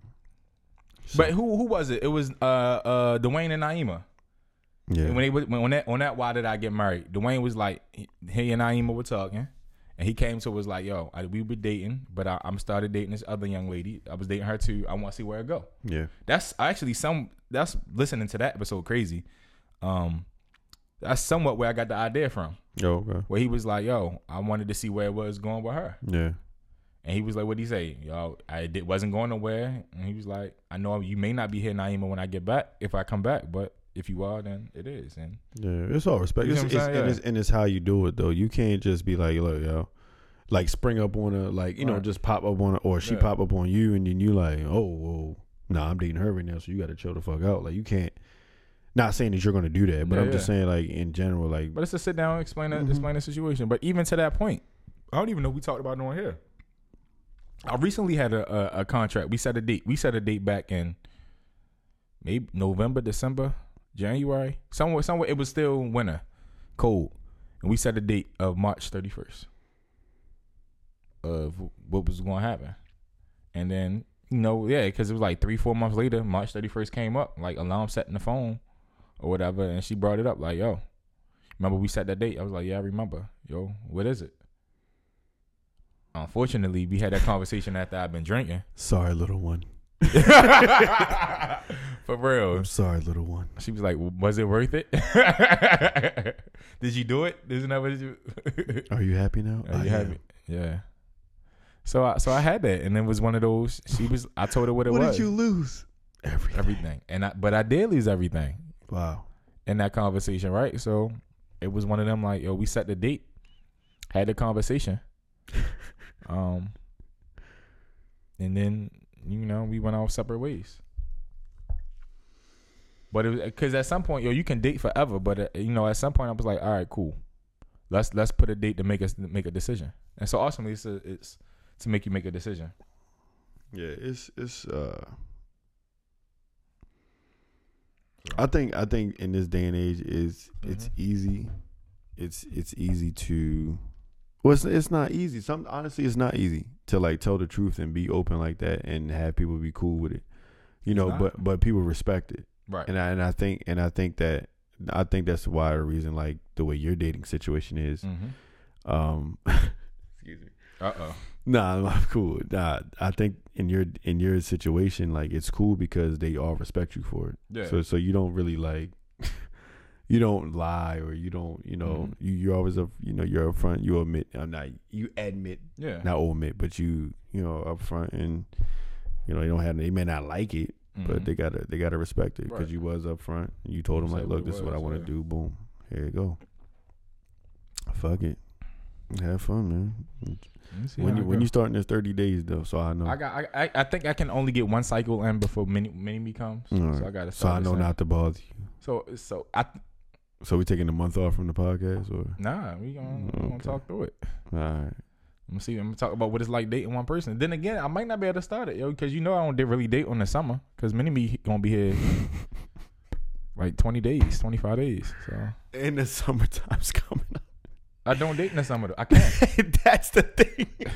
S3: But who who was it? It was uh uh Dwayne and Naima.
S2: Yeah,
S3: When they was- when on that on that why did I get married? Dwayne was like he, he and Naima were talking, and he came to was like, "Yo, I, we were dating, but I, I'm started dating this other young lady. I was dating her too. I want to see where it go."
S2: yeah,
S3: That's actually some. That's listening to that episode crazy. Um, that's somewhat where I got the idea from.
S2: oh, okay,
S3: Where he was like, "Yo, I wanted to see where it was going with her,"
S2: yeah,
S3: and he was like, "What would he say? Yo, I it wasn't going nowhere." And he was like, "I know you may not be here, Naima, when I get back. If I come back, but if you are, then it is." And
S2: yeah. It's all respect.
S3: You
S2: It's,
S3: see what
S2: it's,
S3: I'm saying?
S2: and,
S3: Yeah.
S2: it's, and it's how you do it though. You can't just be like, look, yo. Like spring up on her, like you know,
S3: Right.
S2: just pop up on her, or she
S3: Yeah.
S2: pop up on you, and then you like, oh, whoa, nah, I'm dating her right now, so you got to chill the fuck out. Like you can't. Not saying that you're gonna do that, but
S3: Yeah,
S2: I'm just
S3: yeah.
S2: saying, like in general, like
S3: But it's to sit down and explain that, explain the situation. But even to that point, I don't even know we talked about it on here. I recently had a, a, a contract. We set a date. We set a date back in maybe November, December, January. Somewhere, somewhere. It was still winter, Cold. And we set a date of March 31st of what was going to happen. And then, you know, yeah, because it was like three, four months later, March 31st came up, like alarm set in the phone or whatever. And she brought it up, like, yo, remember we set that date? I was like, yeah, I remember. Yo, what is it? Unfortunately, we had that conversation after I've been drinking.
S2: Sorry, little one.
S3: For real.
S2: I'm sorry, little one.
S3: She was like, "Was it worth it? Did you do it? Isn't that what you?
S2: Are you happy now?
S3: Are you
S2: I am.
S3: happy? Yeah." So I so I had that, and it was one of those. She was. I told her what it
S2: What
S3: was.
S2: did you lose? Everything.
S3: everything, and I but I did lose everything
S2: Wow.
S3: in that conversation, right? So it was one of them like, yo, we set the date, had the conversation, um, and then you know we went our separate ways. But it was because at some point, yo, you can date forever, but uh, you know at some point I was like, all right, cool, let's let's put a date to make us make a decision, and so ultimately it's a, it's to make you make a decision.
S2: Yeah, it's it's uh I think I think in this day and age is it's easy. It's it's easy to well it's, it's not easy. Some honestly it's not easy to like tell the truth and be open like that and have people be cool with it. You know,
S3: not.
S2: but but people respect it.
S3: Right.
S2: And I and I think and I think that I think that's why the reason like the way your dating situation is.
S3: Mm-hmm.
S2: Um
S3: Uh oh.
S2: Nah, I'm- I'm cool. Nah, I think in your in your situation, like it's cool because they all respect you for it.
S3: Yeah.
S2: So so you don't really like you don't lie or you don't you know
S3: Mhm.
S2: you you're always up you know you're upfront. You admit I'm not you admit
S3: yeah.
S2: not omit but you you know upfront and you know they don't have they may not like it but
S3: Mhm.
S2: they gotta they gotta respect it because
S3: Right.
S2: you was upfront. You told them
S3: Say
S2: like,
S3: what
S2: look,
S3: it
S2: this is what I
S3: was,
S2: want to
S3: yeah.
S2: do. Boom, here you go. Fuck it. Have fun, man.
S3: Let me see
S2: When
S3: how
S2: you
S3: it
S2: when
S3: go.
S2: you starting this thirty days though, so I know.
S3: I got. I, I- I think I can only get one cycle in before mini mini me comes.
S2: Alright.
S3: So I got to.
S2: so I know not to bother you.
S3: So so I
S2: So we taking a month off from the podcast, or
S3: nah. We gonna, we gonna
S2: Okay.
S3: talk through it.
S2: all right?
S3: I'm see. I'm gonna talk about what it's like dating one person. Then again, I might not be able to start it, yo, because you know I don't di- really date on the summer because mini me gonna be here like 20 days, 25 days. So
S2: And the summertime's coming
S3: I don't date in the summer. Though. I can't.
S2: up. That's the thing.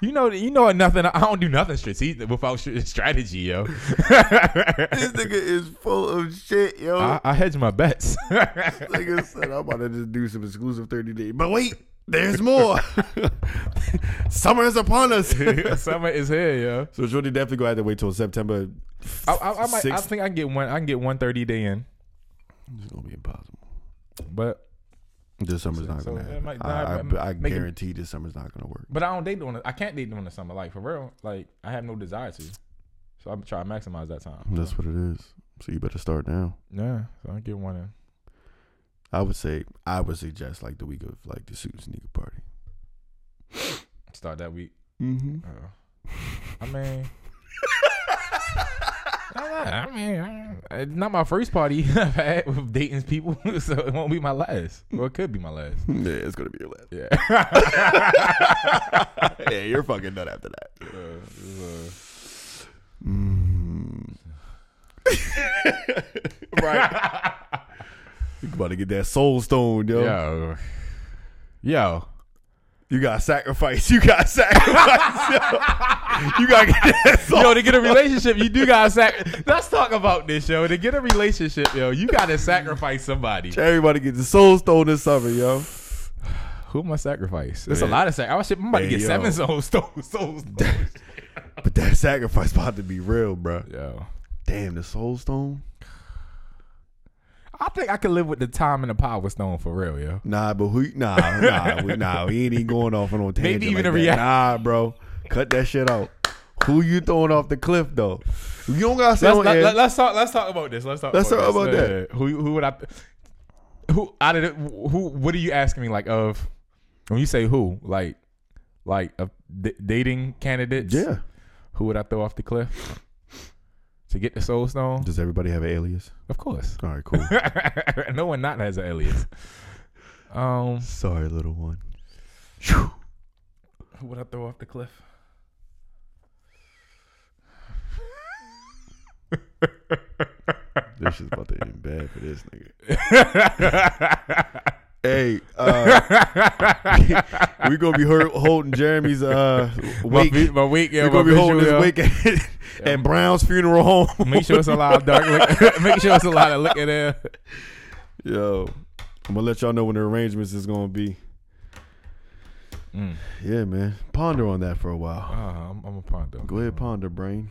S3: you know. You know nothing. I don't do nothing strategic without str- strategy, yo.
S2: this nigga is full of shit, yo.
S3: I, I hedge my bets.
S2: Nigga said, I'm about to just do some exclusive 30 days. But wait, there's more. Summer is upon us. so
S3: summer is here, yo.
S2: Jordy definitely gonna have to wait till September.
S3: I, I, I, might, I
S2: Six-
S3: think I can get one. I can get one thirty day in,
S2: It's gonna be impossible.
S3: but
S2: This summer's not
S3: So
S2: gonna
S3: that
S2: happen.
S3: might-
S2: I, I-
S3: that might
S2: I
S3: make it-
S2: guarantee this summer's not gonna work.
S3: but I don't date during. The, I can't date during the summer, like for real. Like I have no desire to, so I'm trying to maximize that time.
S2: That's what it is. So you better start now.
S3: yeah. So I get one in.
S2: I would say I would suggest like the week of like the suit and sneaker party.
S3: Start that week.
S2: Mm-hmm.
S3: Uh, I mean. I'm not- I mean, I- it's not my first party I've had with dating people, so it won't be my last. Well, it could be my last.
S2: Yeah, it's gonna be your last.
S3: Yeah.
S2: yeah, you're fucking done after that.
S3: Uh, it's, uh,
S2: Mm. right. you about to get that soul stone, yo.
S3: yo, yo,
S2: You got to sacrifice. You got to sacrifice. yo. You got to get that soul.
S3: yo, to get a relationship, you do gotta sac. Let's talk about this, yo. To get a relationship, yo, you gotta sacrifice somebody.
S2: Everybody get the soul stone this summer, yo.
S3: Who am I sacrifice? It's a
S2: Man.
S3: lot of sacrifice. I'm about to
S2: Hey,
S3: get
S2: yo.
S3: seven souls, souls, souls.
S2: But that sacrifice about to be real, bro.
S3: yo,
S2: Damn, the soul stone.
S3: I think I could live with the time and the power stone for real, yo.
S2: Nah, but who? Nah, nah, we, nah. We ain't even going off on no tangent.
S3: even
S2: like
S3: a
S2: that.
S3: react-
S2: Nah, bro. Cut that shit out. Who you throwing off the cliff though? You don't gotta say
S3: Let's,
S2: on
S3: let,
S2: air.
S3: us talk. Let's talk about this. Let's talk.
S2: Let's
S3: about
S2: talk
S3: this.
S2: about
S3: Yeah,
S2: that.
S3: yeah. Who? Who would I? Who out of the, who? What are you asking me? Like of when you say who? Like like of d- dating candidates?
S2: yeah.
S3: Who would I throw off the cliff to get the soul stone?
S2: Does everybody have an alias?
S3: Of course.
S2: All right, cool.
S3: no one not has an alias. Um,
S2: Sorry, little one.
S3: who would I throw off the cliff?
S2: This is about to end bad for this nigga. Hey, uh, we gonna be hurt, holding Jeremy's uh
S3: my,
S2: wake.
S3: vi- my wake, yeah,
S2: We're
S3: my
S2: gonna be holding
S3: visual.
S2: his wake at, at Brown's funeral home.
S3: Make sure it's a lot of dark. Look, make sure it's a lot of look at there.
S2: Yo, I'm gonna let y'all know when the arrangements is gonna be.
S3: Mm.
S2: Yeah, man. Ponder on that for a
S3: Uh,
S2: while.
S3: I'm, I'm a ponder.
S2: Go ahead, ponder, brain.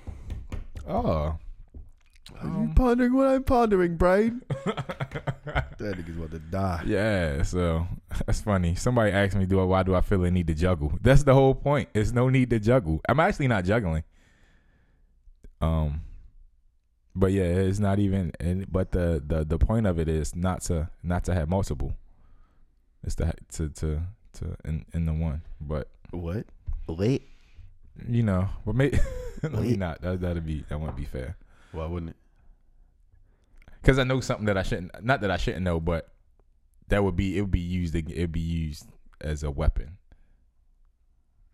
S3: Oh,
S2: Are you pondering what I'm pondering, brain? that nigga's about to die.
S3: yeah. So that's funny. Somebody asked me, "Do I? Why do I feel the need to juggle?" That's the whole point. It's no need to juggle. I'm actually not juggling. Um, but yeah, it's not even. And but the the the point of it is not to not to have multiple. It's to ha- to to to in in the one, but.
S2: What? Late?
S3: You know, but maybe let me not. That that'd be that wouldn't be fair.
S2: Why wouldn't it?
S3: Because I know something that I shouldn't. Not that I shouldn't know, but that would be it would be used. ag- It'd be used as a weapon.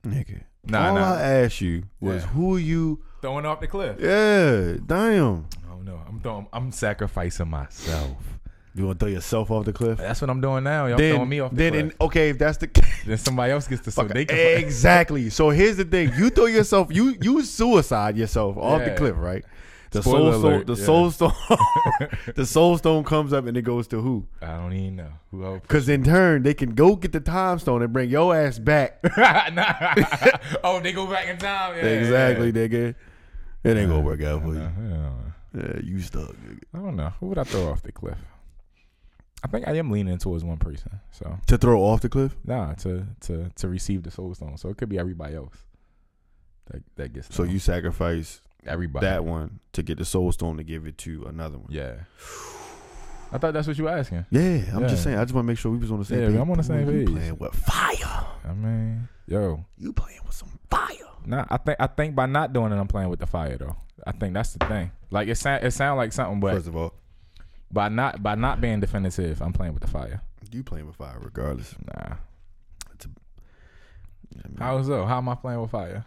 S2: Nigga.
S3: Nah,
S2: All
S3: nah.
S2: I asked you was
S3: Yeah.
S2: who you.
S3: throwing off the cliff.
S2: Yeah, damn.
S3: Oh no, I'm throwing. I'm sacrificing myself.
S2: You want to throw yourself off the cliff?
S3: That's what I'm doing now. Y'all
S2: then,
S3: throwing me off the
S2: then,
S3: cliff.
S2: in- okay, if that's the
S3: then somebody else gets to so they can.
S2: exactly. So here's the thing: you throw yourself, you you suicide yourself off the
S3: Yeah.
S2: cliff, right? The
S3: Spoiler
S2: soul stone,
S3: alert,
S2: the
S3: yeah.
S2: soul stone, the soul stone comes up and it goes to who?
S3: I don't even know who. else-
S2: Because in turn, they can go get the time stone and bring your ass back.
S3: Nah. oh, they go back in time. Yeah,
S2: exactly, nigga. It ain't gonna work out for
S3: yeah.
S2: you.
S3: Yeah.
S2: Yeah, you stuck. Nigga.
S3: I don't know. Who would I throw off the cliff? I think I am leaning towards one person. So
S2: To throw off the cliff,
S3: nah, to to to receive the soul stone. So it could be everybody else. That that gets
S2: so
S3: thrown.
S2: you sacrifice
S3: everybody
S2: that one to get the soul stone to give it to another one.
S3: yeah. I thought that's what you were asking.
S2: Yeah, I'm
S3: Yeah.
S2: just saying. I just want to make sure we was on the same
S3: Yeah,
S2: page.
S3: I'm on the
S2: Boy,
S3: same
S2: You
S3: page.
S2: playing with fire.
S3: I mean, yo,
S2: You playing with some fire.
S3: nah. I think I think by not doing it, I'm playing with the fire though. I think that's the thing. Like it sound it sound like something, but
S2: First of all,
S3: by not by not being definitive, I'm playing with the fire.
S2: you playing with fire regardless.
S3: Nah.
S2: It's a- I mean,
S3: How is so? How am I playing with fire?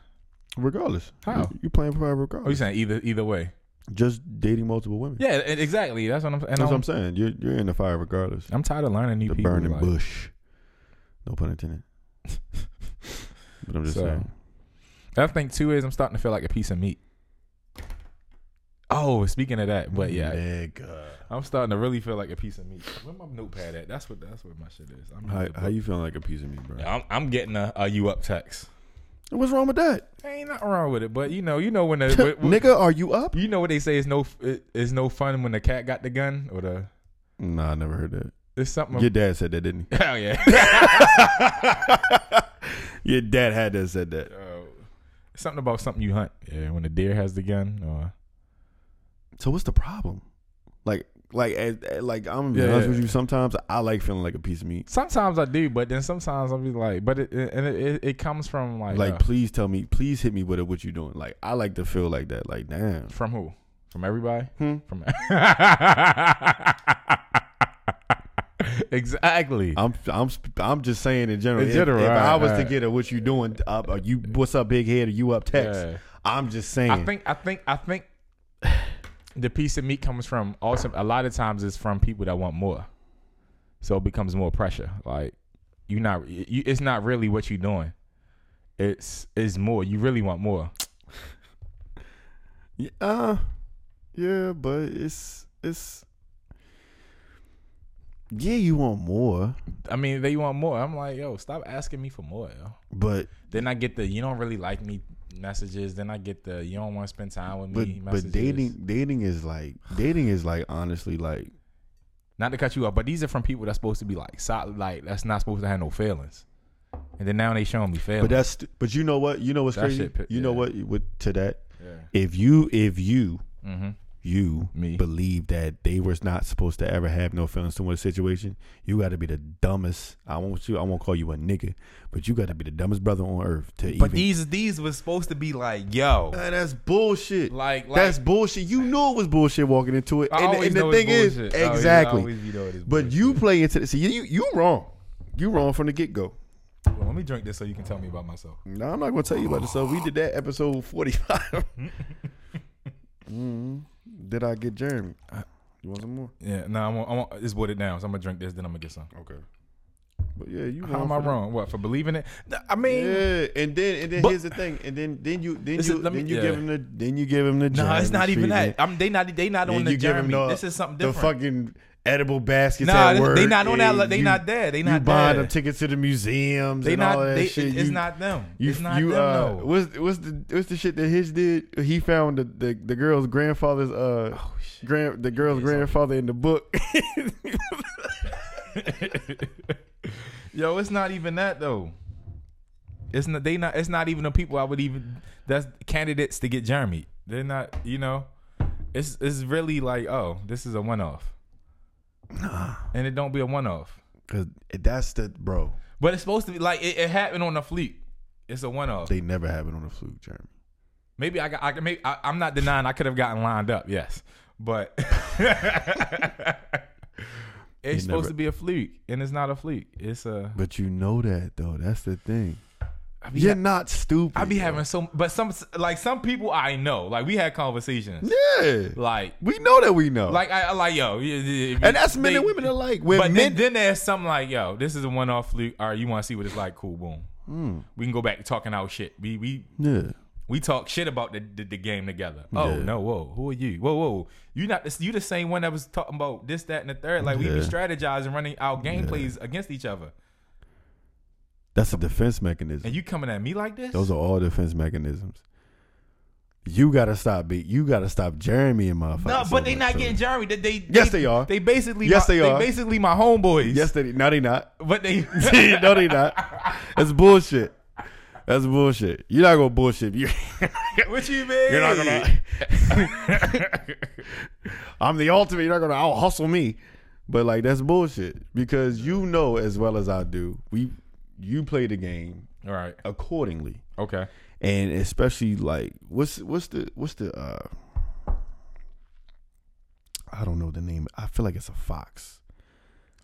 S2: regardless,
S3: How?
S2: you, you playing with fire
S3: Oh, you
S2: regardless?
S3: saying either either way?
S2: just dating multiple women.
S3: Yeah, e- exactly. That's what I'm. And
S2: That's what
S3: I'm
S2: I'm saying. You're you're in the fire regardless.
S3: I'm tired of learning new
S2: The
S3: people.
S2: burning
S3: like-
S2: bush. No pun intended. but I'm just
S3: So-
S2: saying.
S3: I think two is I'm starting to feel like a piece of meat. Oh, speaking of that, but yeah,
S2: Nigga.
S3: I'm starting to really feel like a piece of meat. Where my notepad at? That's what that's where my shit is. I'm,
S2: How, how you feeling like a piece of meat, bro?
S3: I'm, I'm getting a, a you up text.
S2: What's wrong with that,
S3: Ain't nothing wrong with it, but you know, you know when the when-
S2: nigga? Are you up?
S3: you know what they say is no f- it, is no fun when the cat got the gun or the
S2: Nah, I never heard that.
S3: it's something.
S2: Your dad said that, didn't
S3: Hell yeah.
S2: he? Your dad had to have said that.
S3: Oh, something about something you hunt. Yeah, when the deer has the gun or
S2: So what's the problem? Like, like, as, as- like I'm gonna be
S3: Yeah,
S2: honest
S3: yeah.
S2: with you. Sometimes I like feeling like a piece of meat.
S3: Sometimes I do, but then sometimes I'll be like, but it, it and it, it, it comes from like,
S2: Like,
S3: uh,
S2: please tell me, please hit me with it. What you doing? Like, I like to feel like that. Like, damn.
S3: from who? From everybody?
S2: Hmm.
S3: From exactly.
S2: I'm, I'm, sp- I'm just saying in general.
S3: In
S2: if-
S3: general,
S2: if, I
S3: right,
S2: was to
S3: right.
S2: get a what you doing up, or you what's up, big head, or you up text,
S3: Yeah.
S2: I'm just saying.
S3: I think I think I think the piece of meat comes from also a lot of times it's from people that want more, so it becomes more pressure. Like you not you, it's not really what you're doing. It's it's more. You really want more.
S2: Yeah, uh, yeah, but it's, it's. Yeah, you want more,
S3: I mean, they want more. I'm like, yo, stop asking me for more, yo.
S2: but
S3: Then I get the you don't really like me messages. Then I get the you don't want to spend time with
S2: but
S3: me messages.
S2: but dating, dating is like dating is like honestly like
S3: not to cut you off, but these are from people that's supposed to be like solid, like that's not supposed to have no feelings. And then now they showing me feelings.
S2: But that's but you know what you know what's
S3: That
S2: crazy.
S3: shit pi-
S2: you know
S3: yeah.
S2: what with to that
S3: yeah.
S2: if you if you
S3: Mm-hmm.
S2: you
S3: Me.
S2: believe that they was not supposed to ever have no feelings toward a situation, you got to be the dumbest. I won't you. I won't call you a nigga, but you got to be the dumbest brother on earth to even.
S3: But these these was supposed to be like, yo,
S2: Man, that's bullshit.
S3: like, like
S2: that's bullshit. You knew it was bullshit walking into it.
S3: I
S2: and
S3: always
S2: and the
S3: know it's
S2: thing is,
S3: bullshit. Oh, I always- I
S2: exactly.
S3: always be knowing it's
S2: but you play into this. See, you you, you wrong. You wrong from the get go.
S3: Well, let me drink this so you can tell me about myself.
S2: No, I'm not gonna tell you about this. So we did that episode 45. mm Did I get Jeremy? You want some more?
S3: Yeah, no, I'm gonna, I'm gonna just boil it down. So I'm gonna drink this, then I'm gonna get some.
S2: Okay. But yeah, you.
S3: How am I
S2: for that.
S3: wrong? What for believing it? Th- I mean,
S2: Yeah, and then and then
S3: But-
S2: here's the thing, and then then you then
S3: Listen,
S2: you
S3: let me-
S2: then you
S3: yeah.
S2: give him the then you give him the.
S3: no, it's
S2: Jeremy
S3: not even that.
S2: treatment.
S3: I'm they not they not
S2: Then
S3: on
S2: you
S3: the
S2: give him the,
S3: Jeremy. this is something
S2: the
S3: different.
S2: fucking edible baskets
S3: Nah,
S2: at
S3: this-
S2: work.
S3: they not on that
S2: and
S3: li- they
S2: you-
S3: not there. They
S2: You
S3: not
S2: buying
S3: there.
S2: them tickets to the museums
S3: They
S2: and
S3: not
S2: all that
S3: they,
S2: shit.
S3: it- it's
S2: You-
S3: not them.
S2: You,
S3: it's not
S2: you,
S3: them
S2: uh,
S3: though.
S2: What's what's the what's the shit that his did? He found the the, the girl's grandfather's uh grand the girl's grandfather in the book.
S3: Yo, it's not even that though. It's not they not it's not even the people I would even that's candidates to get Jeremy. They're not, you know. It's it's really like, oh, this is a one off. And it don't be a one off.
S2: Cause that's the bro.
S3: But it's supposed to be like it, it happened on the fleet. It's a one off.
S2: They never happen on the fluke, Jeremy.
S3: Maybe I got I maybe I, I'm not denying I could have gotten lined up, yes. But it's supposed
S2: never-
S3: to be a fleet, and it's not a fleet. It's a
S2: But you know that though. That's the thing.
S3: I be-
S2: You're not stupid.
S3: I be having so, but some like some people I know, like we had conversations,
S2: Yeah.
S3: like
S2: We know that we know.
S3: like I I like yo, yeah, yeah,
S2: and that's men
S3: they-
S2: and women alike. Where
S3: But
S2: men
S3: then, then there's some like yo, this is a one off fluke. All right, you want to see what it's like? Cool, boom.
S2: Hmm.
S3: We can go back to talking our shit. We we
S2: Yeah.
S3: we talk shit about the the, the game together. Oh
S2: Yeah.
S3: no, whoa, who are you? Whoa, whoa, you not the- you the same one that was talking about this, that, and the third. Like we
S2: Yeah.
S3: be strategizing, running our game plays against each other,
S2: That's a defense mechanism.
S3: and you coming at me like this?
S2: Those are all defense mechanisms. You gotta stop beat. You gotta stop Jeremy and motherfuckers.
S3: No,
S2: so
S3: but they
S2: much,
S3: not
S2: so-
S3: getting Jeremy. They, they
S2: Yes, they are.
S3: They basically
S2: Yes,
S3: my,
S2: they are.
S3: basically my homeboys.
S2: Yes, they. No, they not.
S3: but they
S2: no, they not. That's bullshit. That's bullshit. You're not gonna bullshit. You,
S3: what you mean?
S2: you're not gonna. I'm the ultimate. You're not gonna out hustle me. But like that's bullshit because you know as well as I do. We you play the game
S3: All right.
S2: accordingly,
S3: Okay.
S2: and especially like what's what's the what's the uh I don't know the name. I feel like it's a fox.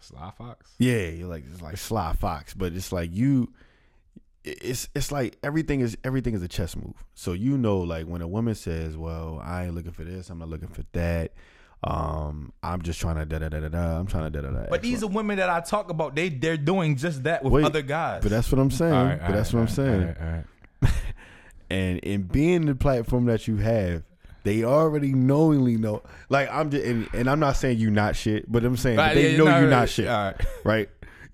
S3: Sly Fox.
S2: Yeah, you're like it's like Sly Fox, but it's like you. It's it's like everything is everything is a chess move. So you know, like when a woman says, "Well, I ain't looking for this. I'm not looking for that. Um, I'm just trying to da da da da da. I'm trying to da da da."
S3: But these are women that I talk about. They they're doing just that with
S2: Wait,
S3: other guys.
S2: But that's what I'm saying.
S3: All right,
S2: but that's
S3: all
S2: what
S3: right,
S2: I'm saying.
S3: all right, all right.
S2: And in being the platform that you have, they already knowingly know. Like I'm just, and, and I'm not saying you not shit, but I'm saying that
S3: Right,
S2: they
S3: yeah,
S2: know
S3: no,
S2: you
S3: no,
S2: not shit,
S3: All right.
S2: right?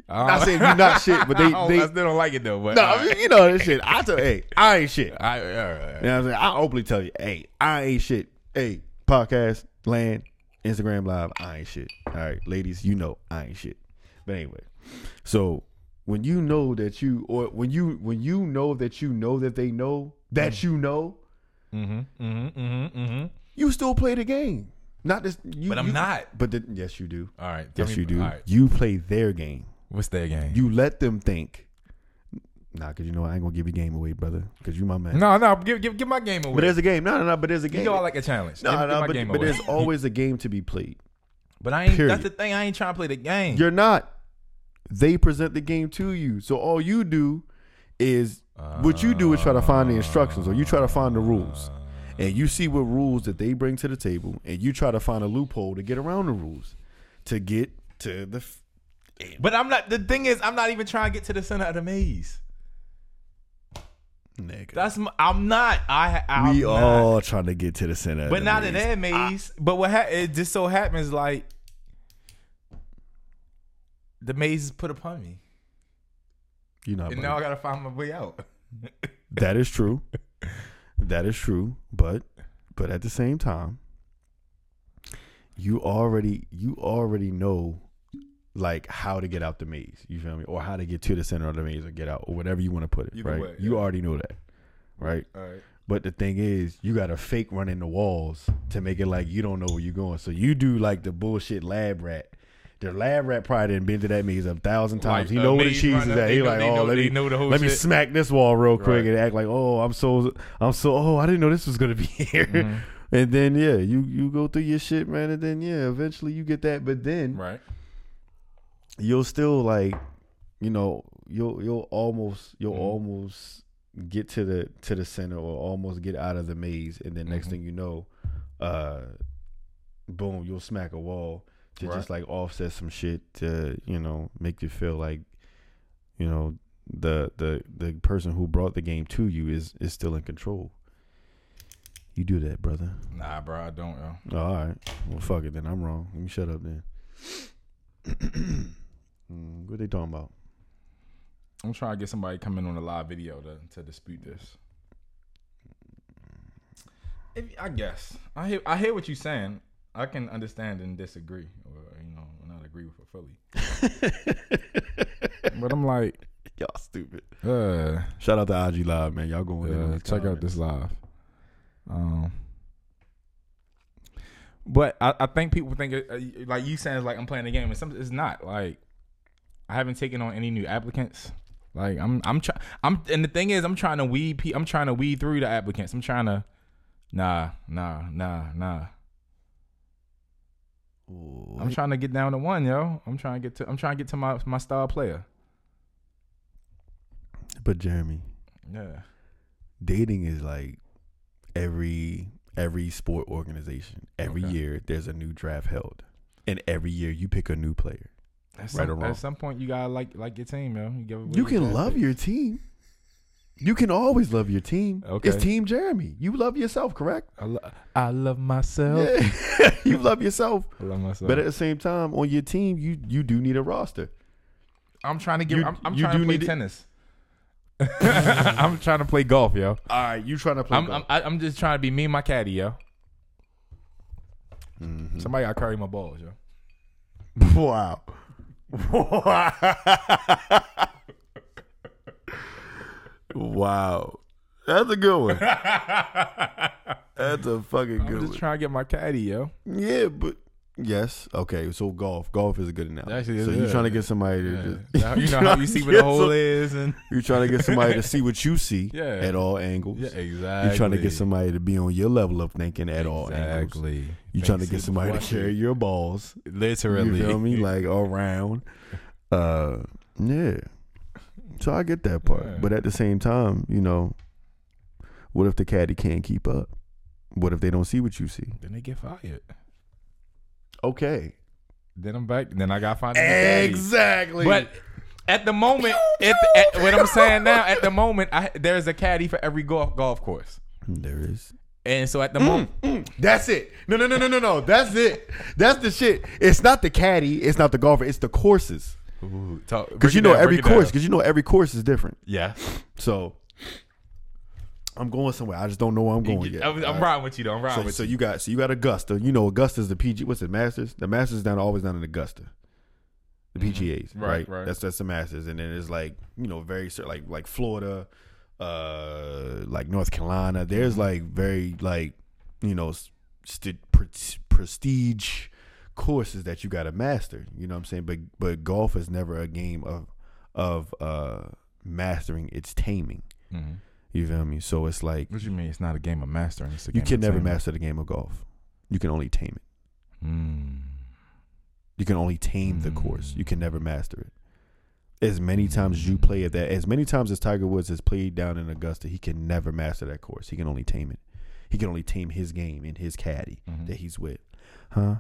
S3: All
S2: Not
S3: right.
S2: saying you not shit, but they
S3: I don't-
S2: they
S3: I still don't like it though. But
S2: no,
S3: all
S2: I
S3: right.
S2: mean, you know this shit. I tell, hey, I ain't shit.
S3: All right, all right,
S2: You
S3: all right.
S2: know what I'm saying? I openly tell you, hey, I ain't shit. Hey, podcast, land, Instagram live, I ain't shit. All right, ladies, you know I ain't shit. But anyway, so when you know that you or when you when you know that you know that they know
S3: Mm.
S2: that you know,
S3: Mm-hmm. Mm-hmm. Mm-hmm. Mm-hmm.
S2: you still play the game. Not this you
S3: But I'm
S2: you-
S3: not.
S2: But the, yes you do.
S3: All right. tell
S2: Yes
S3: me-
S2: you do.
S3: All right.
S2: You play their game.
S3: What's that game?
S2: You let them think. Nah, cause you know I ain't gonna give your game away, brother. Cause you my man.
S3: no, no. Give, give, give my game away.
S2: But there's a game. No, no, no. But there's a game.
S3: you know I like a challenge.
S2: no,
S3: Give- give
S2: no,
S3: my
S2: but,
S3: game
S2: but
S3: away.
S2: there's always a game to be played.
S3: But I ain't.
S2: Period.
S3: That's the thing. I ain't trying to play the game.
S2: You're not. They present the game to you. So all you do is what you do is try to find the instructions or you try to find the rules. And you see what rules that they bring to the table and you try to find a loophole to get around the rules to get to the f-
S3: But I'm not. The thing is, I'm not even trying to get to the center of the maze.
S2: nigga.
S3: That's my, I'm not. I I'm
S2: we
S3: not.
S2: all trying to get to the center. of
S3: But
S2: the
S3: not in
S2: maze.
S3: that maze. but what ha- it just so happens, like the maze is put upon me,
S2: You're not.
S3: and
S2: buddy.
S3: now I gotta find my way out.
S2: That is true. that is true. But but at the same time, you already you already know like how to get out the maze. You feel me? Or how to get to the center of the maze or get out or whatever you want to put it.
S3: Either
S2: right?
S3: way,
S2: You
S3: yeah.
S2: already know that. Right?
S3: All right.
S2: But the thing is, you gotta fake run in the walls to make it like you don't know where you're going. So you do like the bullshit lab rat. The lab rat probably done been to that maze a thousand times.
S3: Like,
S2: he
S3: uh,
S2: know where the
S3: maze
S2: cheese is
S3: runner,
S2: at.
S3: they
S2: He
S3: know-
S2: like,
S3: they
S2: oh,
S3: know-
S2: let me
S3: they know the whole
S2: let me
S3: shit."
S2: smack this wall real quick
S3: Right.
S2: and act like, oh, I'm so I'm so oh, I didn't know this was gonna be here.
S3: Mm-hmm.
S4: Mm-hmm.
S2: And then yeah, you you go through your shit, man, and then yeah, eventually you get that. But then
S3: Right.
S2: you'll still like you know you'll you'll almost you'll
S3: Mhm.
S2: almost get to the to the center or almost get out of the maze and then next
S3: Mhm.
S2: thing you know uh boom you'll smack a wall to
S3: Right.
S2: just like offset some shit to you know make you feel like you know the the the person who brought the game to you is is still in control. You do that, brother.
S4: Nah, bro, I don't, yo.
S2: Oh, all right. Well, fuck it then. I'm wrong. Let me shut up then. mm, what they talking about?
S4: I'm trying to get somebody to come in on a live video to, to dispute this. If, I guess I hear I hear what you're saying. I can understand and disagree, or you know, not agree with it fully.
S3: But I'm like,
S2: Y'all stupid.
S3: uh,
S2: Shout out to IG Live, man. Y'all going in on
S3: Yeah,
S2: this
S3: check out
S2: comment.
S3: this live. Um, but I, I think people think it, uh, like you saying it's like I'm playing a game, and some it's not. Like I haven't taken on any new applicants. Like I'm I'm trying I'm and the thing is I'm trying to weed pe- I'm trying to weed through the applicants. I'm trying to nah nah nah nah.
S2: Ooh,
S3: I'm trying to get down to one, yo. I'm trying to get to I'm trying to get to my my star player.
S2: But Jeremy,
S3: Yeah.
S2: dating is like every every sport organization. Every
S4: Okay.
S2: year there's a new draft held. And every year you pick a new player.
S3: At
S2: Right
S3: some,
S2: or wrong.
S3: At some point, you gotta like like your team, yo. You, give away
S2: You
S3: your
S2: can
S3: draft
S2: love
S3: picks.
S2: your team. You can always love your team.
S3: Okay.
S2: It's team Jeremy. You love yourself, correct?
S3: I, lo- I love myself.
S2: Yeah. you love yourself.
S3: I love myself.
S2: But at the same time, on your team, you you do need a roster.
S3: I'm trying to get.
S2: You-
S3: I'm, I'm
S2: you
S3: trying
S2: do
S3: to play
S2: need to-
S3: tennis. I'm trying to play golf, yo.
S2: All right, you trying to play?
S3: I'm, I'm I- I'm just trying to be me and my caddy, yo.
S2: Mm-hmm.
S3: Somebody got to carry my balls, yo.
S2: wow. wow. That's a good one. That's a fucking
S3: I'm
S2: good
S3: just
S2: one.
S3: trying to get my caddy, yo.
S2: yeah, but yes. Okay, so golf. Golf is a good analogy.
S3: Actually,
S2: so
S3: yeah.
S2: you're trying to get somebody to
S3: You
S2: just
S3: know how you see where the hole is, and
S2: You're trying to get somebody to see what you see
S3: Yeah.
S2: at all angles.
S4: exactly.
S2: You're trying to get somebody to be on your level of thinking at all angles.
S4: Exactly.
S2: You're trying to get somebody to carry your balls.
S4: Literally.
S2: You feel me? Like around. Uh yeah. So I get that part.
S4: Yeah.
S2: But at the same time, you know, what if the caddy can't keep up? What if they don't see what you see?
S3: Then they get fired.
S2: Okay.
S3: Then I'm back. Then I got to find another caddy.
S2: Exactly.
S3: But at the moment, at, the- at- what I'm saying now, at the moment, I, there's a caddy for every golf golf course,
S2: there is.
S3: and so at
S4: Mm.
S3: the moment,
S2: That's it. No, no, no, no, no, no. That's it. That's the shit. It's not the caddy. It's not the golfer. It's the courses. Because you know every course. Because you know every course is different.
S4: Yeah.
S2: So I'm going somewhere. I just don't know where I'm going yet.
S3: I'm,
S2: All
S3: I'm
S2: right?
S3: riding with you though. I'm riding
S2: So,
S3: with
S2: so
S3: you.
S2: you got so you got Augusta. You know Augusta's the PG. What's it? Masters. The Masters down always down in Augusta. The PGA's right,
S4: Right, right.
S2: That's that's the Masters, and then it's like you know very cer- like like Florida, uh, like North Carolina. There's like very like you know s- st- pre- prestige courses that you got to master. You know what I'm saying? But but golf is never a game of of uh mastering. It's taming.
S3: Mm-hmm.
S4: Mhm.
S2: You feel me? So it's like
S4: What you mean? It's not a game of mastering. It's a
S2: you
S4: game
S2: can
S4: of
S2: never
S4: taming.
S2: master the game of golf. You can only tame it.
S4: Mm.
S2: You can only tame the course.
S3: Mm.
S2: You can never master it. As many times as you play at that, as many times as Tiger Woods has played down in Augusta, he can never master that course. He can only tame it. He can only tame his game and his caddy
S3: Mm-hmm.
S2: that he's with. Huh?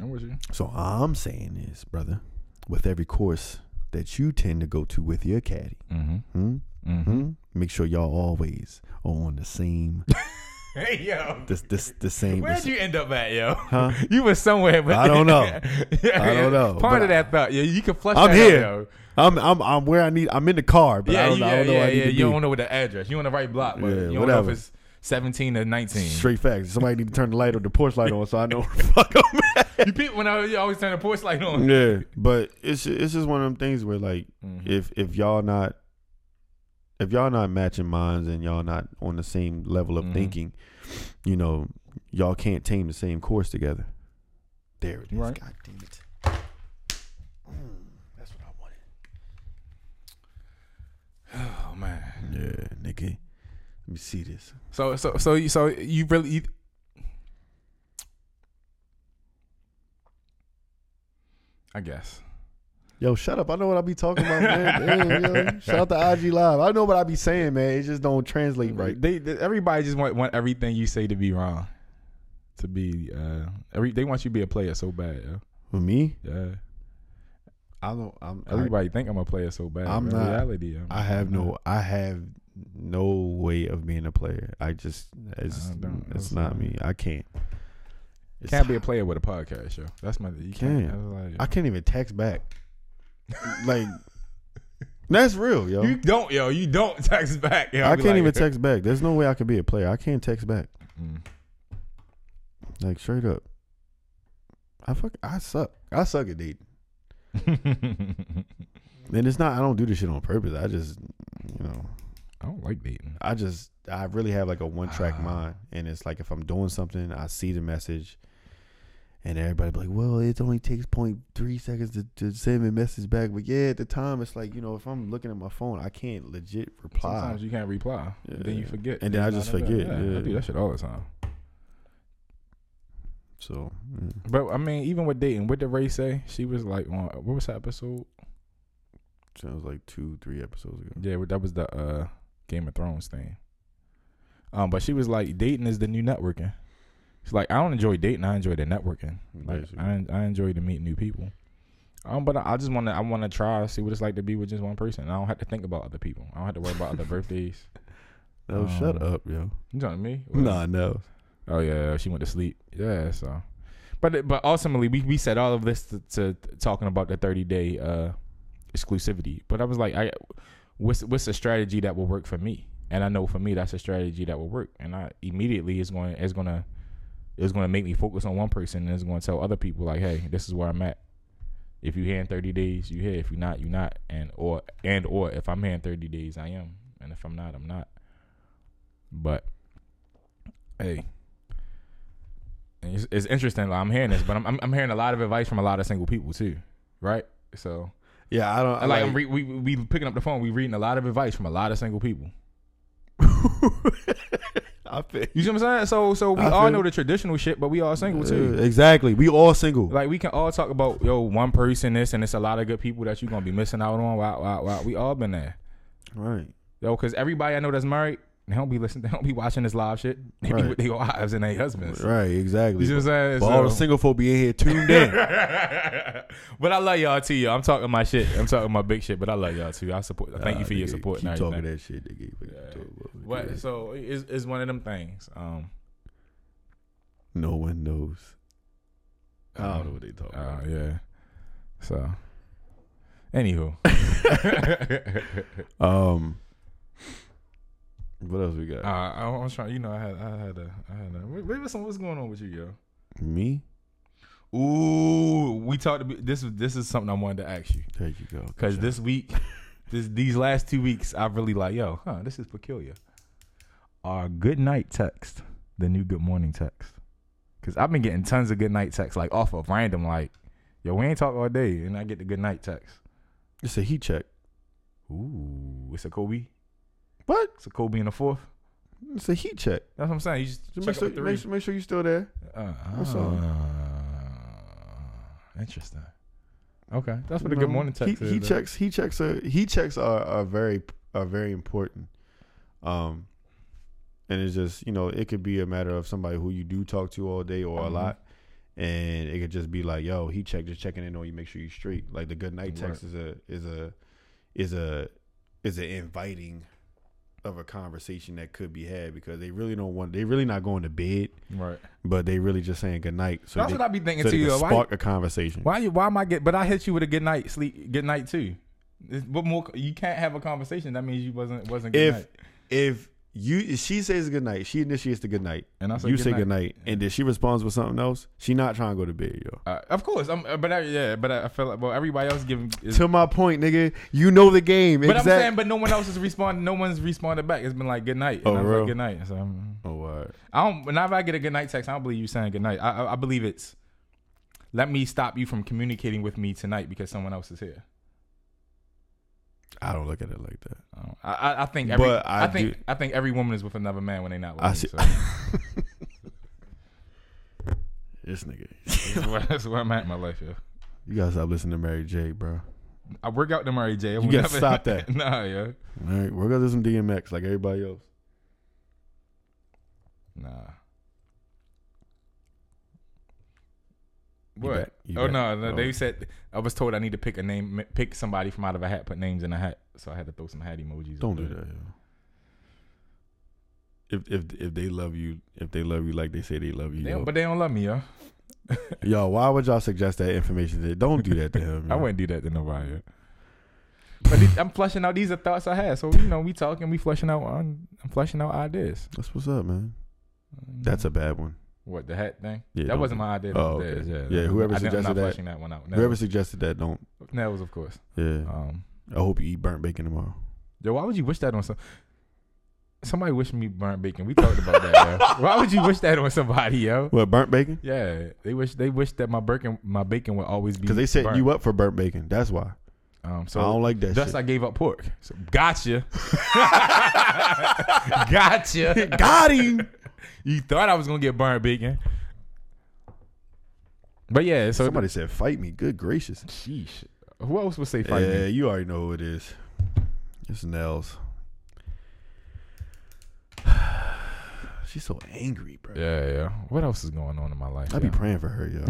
S4: I'm with you.
S2: So I'm saying is, brother, with every course that you tend to go to with your caddy,
S4: Mm-hmm.
S2: hmm?
S4: Mm-hmm.
S2: Hmm? make sure y'all always are on the same,
S4: Hey yo,
S2: this, this, the same.
S4: where'd you end up at, yo?
S2: Huh?
S3: You were somewhere, but
S2: I don't know.
S3: Yeah,
S2: I don't know,
S3: Part of
S2: but I-
S3: that thought, yeah, you can flush.
S2: I'm
S3: that
S2: here.
S3: Out, yo.
S2: I'm, I'm, I'm where I need. I'm in the car, but
S3: Yeah,
S2: I don't,
S3: you,
S2: know- I
S3: yeah,
S2: don't know. where
S3: yeah,
S2: I need
S3: yeah.
S2: to
S3: You
S2: be.
S3: don't know what the address. You on the right block, but
S2: Yeah,
S3: you don't know
S2: whatever.
S3: if it's 17 or 19.
S2: Straight facts. Somebody need to turn the light or the porch light on so I know where the fuck I'm at.
S3: You peep when I you always turn the porch light on.
S2: Yeah, Mm-hmm. but it's it's just one of them things where like
S3: Mm-hmm.
S2: if if y'all not if y'all not matching minds and y'all not on the same level of
S4: Mhm.
S2: thinking, you know, y'all can't tame the same course together. There it is.
S4: Right.
S2: God damn it. Mm, that's what I wanted.
S4: Oh man.
S2: Yeah, nigga. Let me see this.
S3: So, so, so, you- so you really. You,
S4: I guess.
S2: Yo, shut up. I know what I be talking about, man. Damn, yo. Shout out to IG Live. I know what I be saying, man. It just don't translate right.
S3: They, they everybody just want want everything you say to be wrong, to be uh every they want you to be a player so bad.
S2: For me,
S3: Yeah, yeah.
S2: I don't. I'm. I,
S3: Everybody think I'm a player so bad.
S2: I'm
S3: but
S2: not-
S3: In reality, I'm,
S2: I have no. I have no way of being a player. I just. It's.
S3: I don't-
S2: it's
S3: that's
S2: not
S3: not-
S2: me. I can't. It's
S3: Can't be a
S2: hard.
S3: player with a podcast, yo. That's my. You
S2: Can't.
S3: can't. that's like-
S2: I can't even text back. like. That's real, yo.
S3: you don't, yo. You don't text back. Yo.
S2: I
S3: Be
S2: can't
S3: like-
S2: even text back. There's no way I could be a player. I can't text back.
S3: Mm.
S2: Like straight up. I fuck. I suck. I suck at dating.
S3: mm.
S2: And it's not. I don't do this shit on purpose. I just. You know.
S3: I don't like dating.
S2: I just I really have like a one track
S3: Ah.
S2: mind, and it's like if I'm doing something, I see the message, and everybody be like, "Well, it only takes 0.3 seconds to, to send me a message back." But yeah, at the time, it's like you know, if I'm looking at my phone, I can't legit reply.
S3: Sometimes you can't reply.
S2: Yeah.
S3: Then you forget.
S2: And then I
S3: you
S2: just
S3: not in bed.
S2: forget,
S3: Yeah,
S2: yeah.
S3: I do that shit all the time.
S2: so mm, yeah.
S3: But I mean, even with dating, what did Ray say? She was like, on what was that episode?
S2: sounds like two, three episodes ago.
S3: Yeah, that was the uh, Game of Thrones thing. Um, but she was like, dating is the new networking. She's like, I don't enjoy dating. I enjoy the networking. Like,
S2: Basically.
S3: I I enjoy to meet new people. Um, but I I just want to I want to try see what it's like to be with just one person. I don't have to think about other people. I don't have to worry about other birthdays.
S2: Oh, shut
S3: Um,
S2: up, yo.
S3: You know what I mean?
S2: Nah, no.
S3: Oh yeah, yeah, she went to sleep. Yeah, so. But it- but ultimately, we, we said all of this to, to talking about the thirty day uh, exclusivity. But I was like, I what's what's a strategy that will work for me? And I know for me, that's a strategy that will work. And I immediately is going is gonna it's gonna make me focus on one person, and it's gonna tell other people like, hey, this is where I'm at. If you here in thirty days, you here. If you're not, you're not. And or and or if I'm here in thirty days, I am. And if I'm not, I'm not. But hey, and it's, it's interesting. Like, I'm hearing this, but I'm, I'm I'm hearing a lot of advice from a lot of single people too, right? So
S2: Yeah, I don't.
S3: I like, I'm re- we we we picking up the phone. We reading a lot of advice from a lot of single people.
S2: I feel,
S3: You see what I'm saying? So so we
S2: I
S3: all
S2: feel-
S3: know the traditional shit, but we all single too.
S2: Yeah, exactly. We all single.
S3: Like we can all talk about yo one person this and it's a lot of good people that you're gonna be missing out on. Wow wow wow. We all been there.
S2: right.
S3: Yo, because everybody I know that's married, they don't be listening. They don't be watching this live shit. They be
S2: Right.
S3: with their wives and their husbands.
S2: Right. Exactly.
S3: You see what I'm saying?
S2: But all the
S3: So-
S2: single folk be in here tuned in.
S3: but I love y'all too. Y'all. I'm talking my shit. I'm talking my big shit. But I love y'all too. I support. Thank you for your support.
S2: Keep
S3: and
S2: talking
S3: everything.
S2: that shit. Nigga. You fucking talk about it.
S3: What?
S2: Yeah.
S3: So it's, it's one of them things. Um.
S2: No one knows. I don't know what they
S3: Oh
S2: talking about.
S3: yeah. So. Anywho.
S2: Um, what else we got?
S3: Uh, I, I was trying. You know, I had, I had a, I had a. Wait, wait, what's, what's going on with you,
S2: Me?
S3: yo? Ooh, we talked. About, this was, this is something I wanted to ask you
S2: There you go. Good
S3: because
S2: job.
S3: this week, this these last two weeks, I've really like, yo, huh? This is peculiar. Our good night text, the new good morning text, because I've been getting tons of good night texts, like off of random, like, yo, we ain't talk all day, and I get the good night text.
S2: it's a heat check.
S3: Ooh, it's a Kobe.
S2: What?
S3: It's a Kobe in the fourth.
S2: It's a heat check.
S3: That's what I'm saying. You just
S2: So
S3: check
S2: make,
S3: up
S2: sure,
S3: with three.
S2: make, sure- make sure you're still there.
S3: Uh,
S2: That's all.
S3: interesting. Okay, that's what a good
S2: No.
S3: morning text
S2: He,
S3: is.
S2: he
S3: though.
S2: checks. He checks. Are, he checks are, are very are very important. Um, and it's just you know it could be a matter of somebody who you do talk to all day or
S3: Mhm.
S2: a lot, and it could just be like, yo, he checked, just checking in on you, make sure you straight. Like the good night
S3: Right.
S2: text is a is a is a is an inviting of a conversation that could be had because they really don't want they really not going to bed,
S3: Right.
S2: but they really just saying good night. So
S3: that's
S2: they,
S3: what I be thinking
S2: so
S3: to
S2: they
S3: you.
S2: can
S3: though. Why-
S2: spark a conversation.
S3: Why you? Why am I get? But I hit you with a good night sleep. Good night too. It's- What more? You can't have a conversation. That means you wasn't wasn't good
S2: if
S3: night.
S2: if you if she says good night, she initiates the good night,
S3: And I say
S2: you
S3: good
S2: say
S3: night.
S2: good night, and then she responds with something else. She not trying to go to bed, yo.
S3: Uh, of course, I'm. uh, But I, yeah, but I, I feel like well, everybody else giving. Is,
S2: To my point, nigga, you know the game.
S3: but I'm
S2: exact-
S3: saying, but no one else is responding. No one's responded back. It's been like good night. And
S2: Oh,
S3: I was
S2: real?
S3: like, good night. So I'm,
S2: oh, all right.
S3: I don't. Whenever I get a good night text, I don't believe you saying good night. I, I, I believe it's. Let me stop you from communicating with me tonight because someone else is here.
S2: I don't look at it like that.
S3: Um, I, don't- I- I, I think every.
S2: But I
S3: I, think
S2: do-
S3: I think every woman is with another man when they're not with
S2: I
S3: me,
S2: see.
S3: so
S2: this nigga,
S3: that's, where, that's where I'm at in my life, yeah.
S2: you gotta stop listening to Mary J, bro.
S3: I work out to Murray J. You
S2: gotta stop that.
S3: nah, yeah.
S2: All right, we're gonna do some DMX like everybody else.
S3: Nah. What?
S2: back- you
S3: oh
S2: back.
S3: no, no,
S2: Oh.
S3: they said I was told I need to pick a name, m- pick somebody from out of a hat, put names in a hat. So I had to throw some hat emojis.
S2: Don't
S3: up
S2: do
S3: there.
S2: that. Yo. If if if they love you, if they love you like they say they love you,
S3: They
S2: yo,
S3: don't, but they don't love me, yo.
S2: yo why would y'all suggest that information? To, don't do that to him.
S5: I
S2: yo.
S5: wouldn't do that to nobody. yo.
S3: But these, I'm flushing out. These are thoughts I had. So you know, we talking, we flushing out. I'm, I'm flushing out ideas.
S2: That's what's up, man. That's a bad one.
S3: what the hat thing.
S2: Yeah,
S3: that
S2: don't
S3: wasn't
S2: do-
S3: my idea.
S2: Oh,
S3: Oh, was
S2: okay.
S3: theirs,
S2: Yeah,
S3: that-
S2: whoever
S3: I didn't-
S2: suggested
S3: I'm
S2: that-
S3: not flushing that one out. That
S2: Whoever
S3: was,
S2: suggested that, don't.
S3: that was, of course.
S2: Yeah,
S3: Um,
S2: I hope you eat burnt bacon tomorrow.
S3: Yo, why would you wish that on some? Somebody wish me burnt bacon. We talked about that. Yo. Why would you wish that on somebody, yo?
S2: What burnt bacon?
S3: Yeah, they wish they wish that my bacon my bacon would always be
S2: Because they set
S3: burnt.
S2: you up for burnt bacon. That's why.
S3: Um,
S2: I don't
S3: so
S2: like that.
S3: thus
S2: shit.
S3: I gave up pork. So, gotcha, gotcha,
S2: got him.
S3: You thought I was gonna get burnt bacon, but yeah. So
S2: Somebody said, "Fight me." Good gracious.
S3: sheesh. Who else would say fight
S2: Yeah,
S3: me?
S2: you already know who it is. It's Nels. She's so angry, bro.
S3: Yeah, yeah. What else is going on in my life?
S2: I be
S3: yo?
S2: praying for her, yo.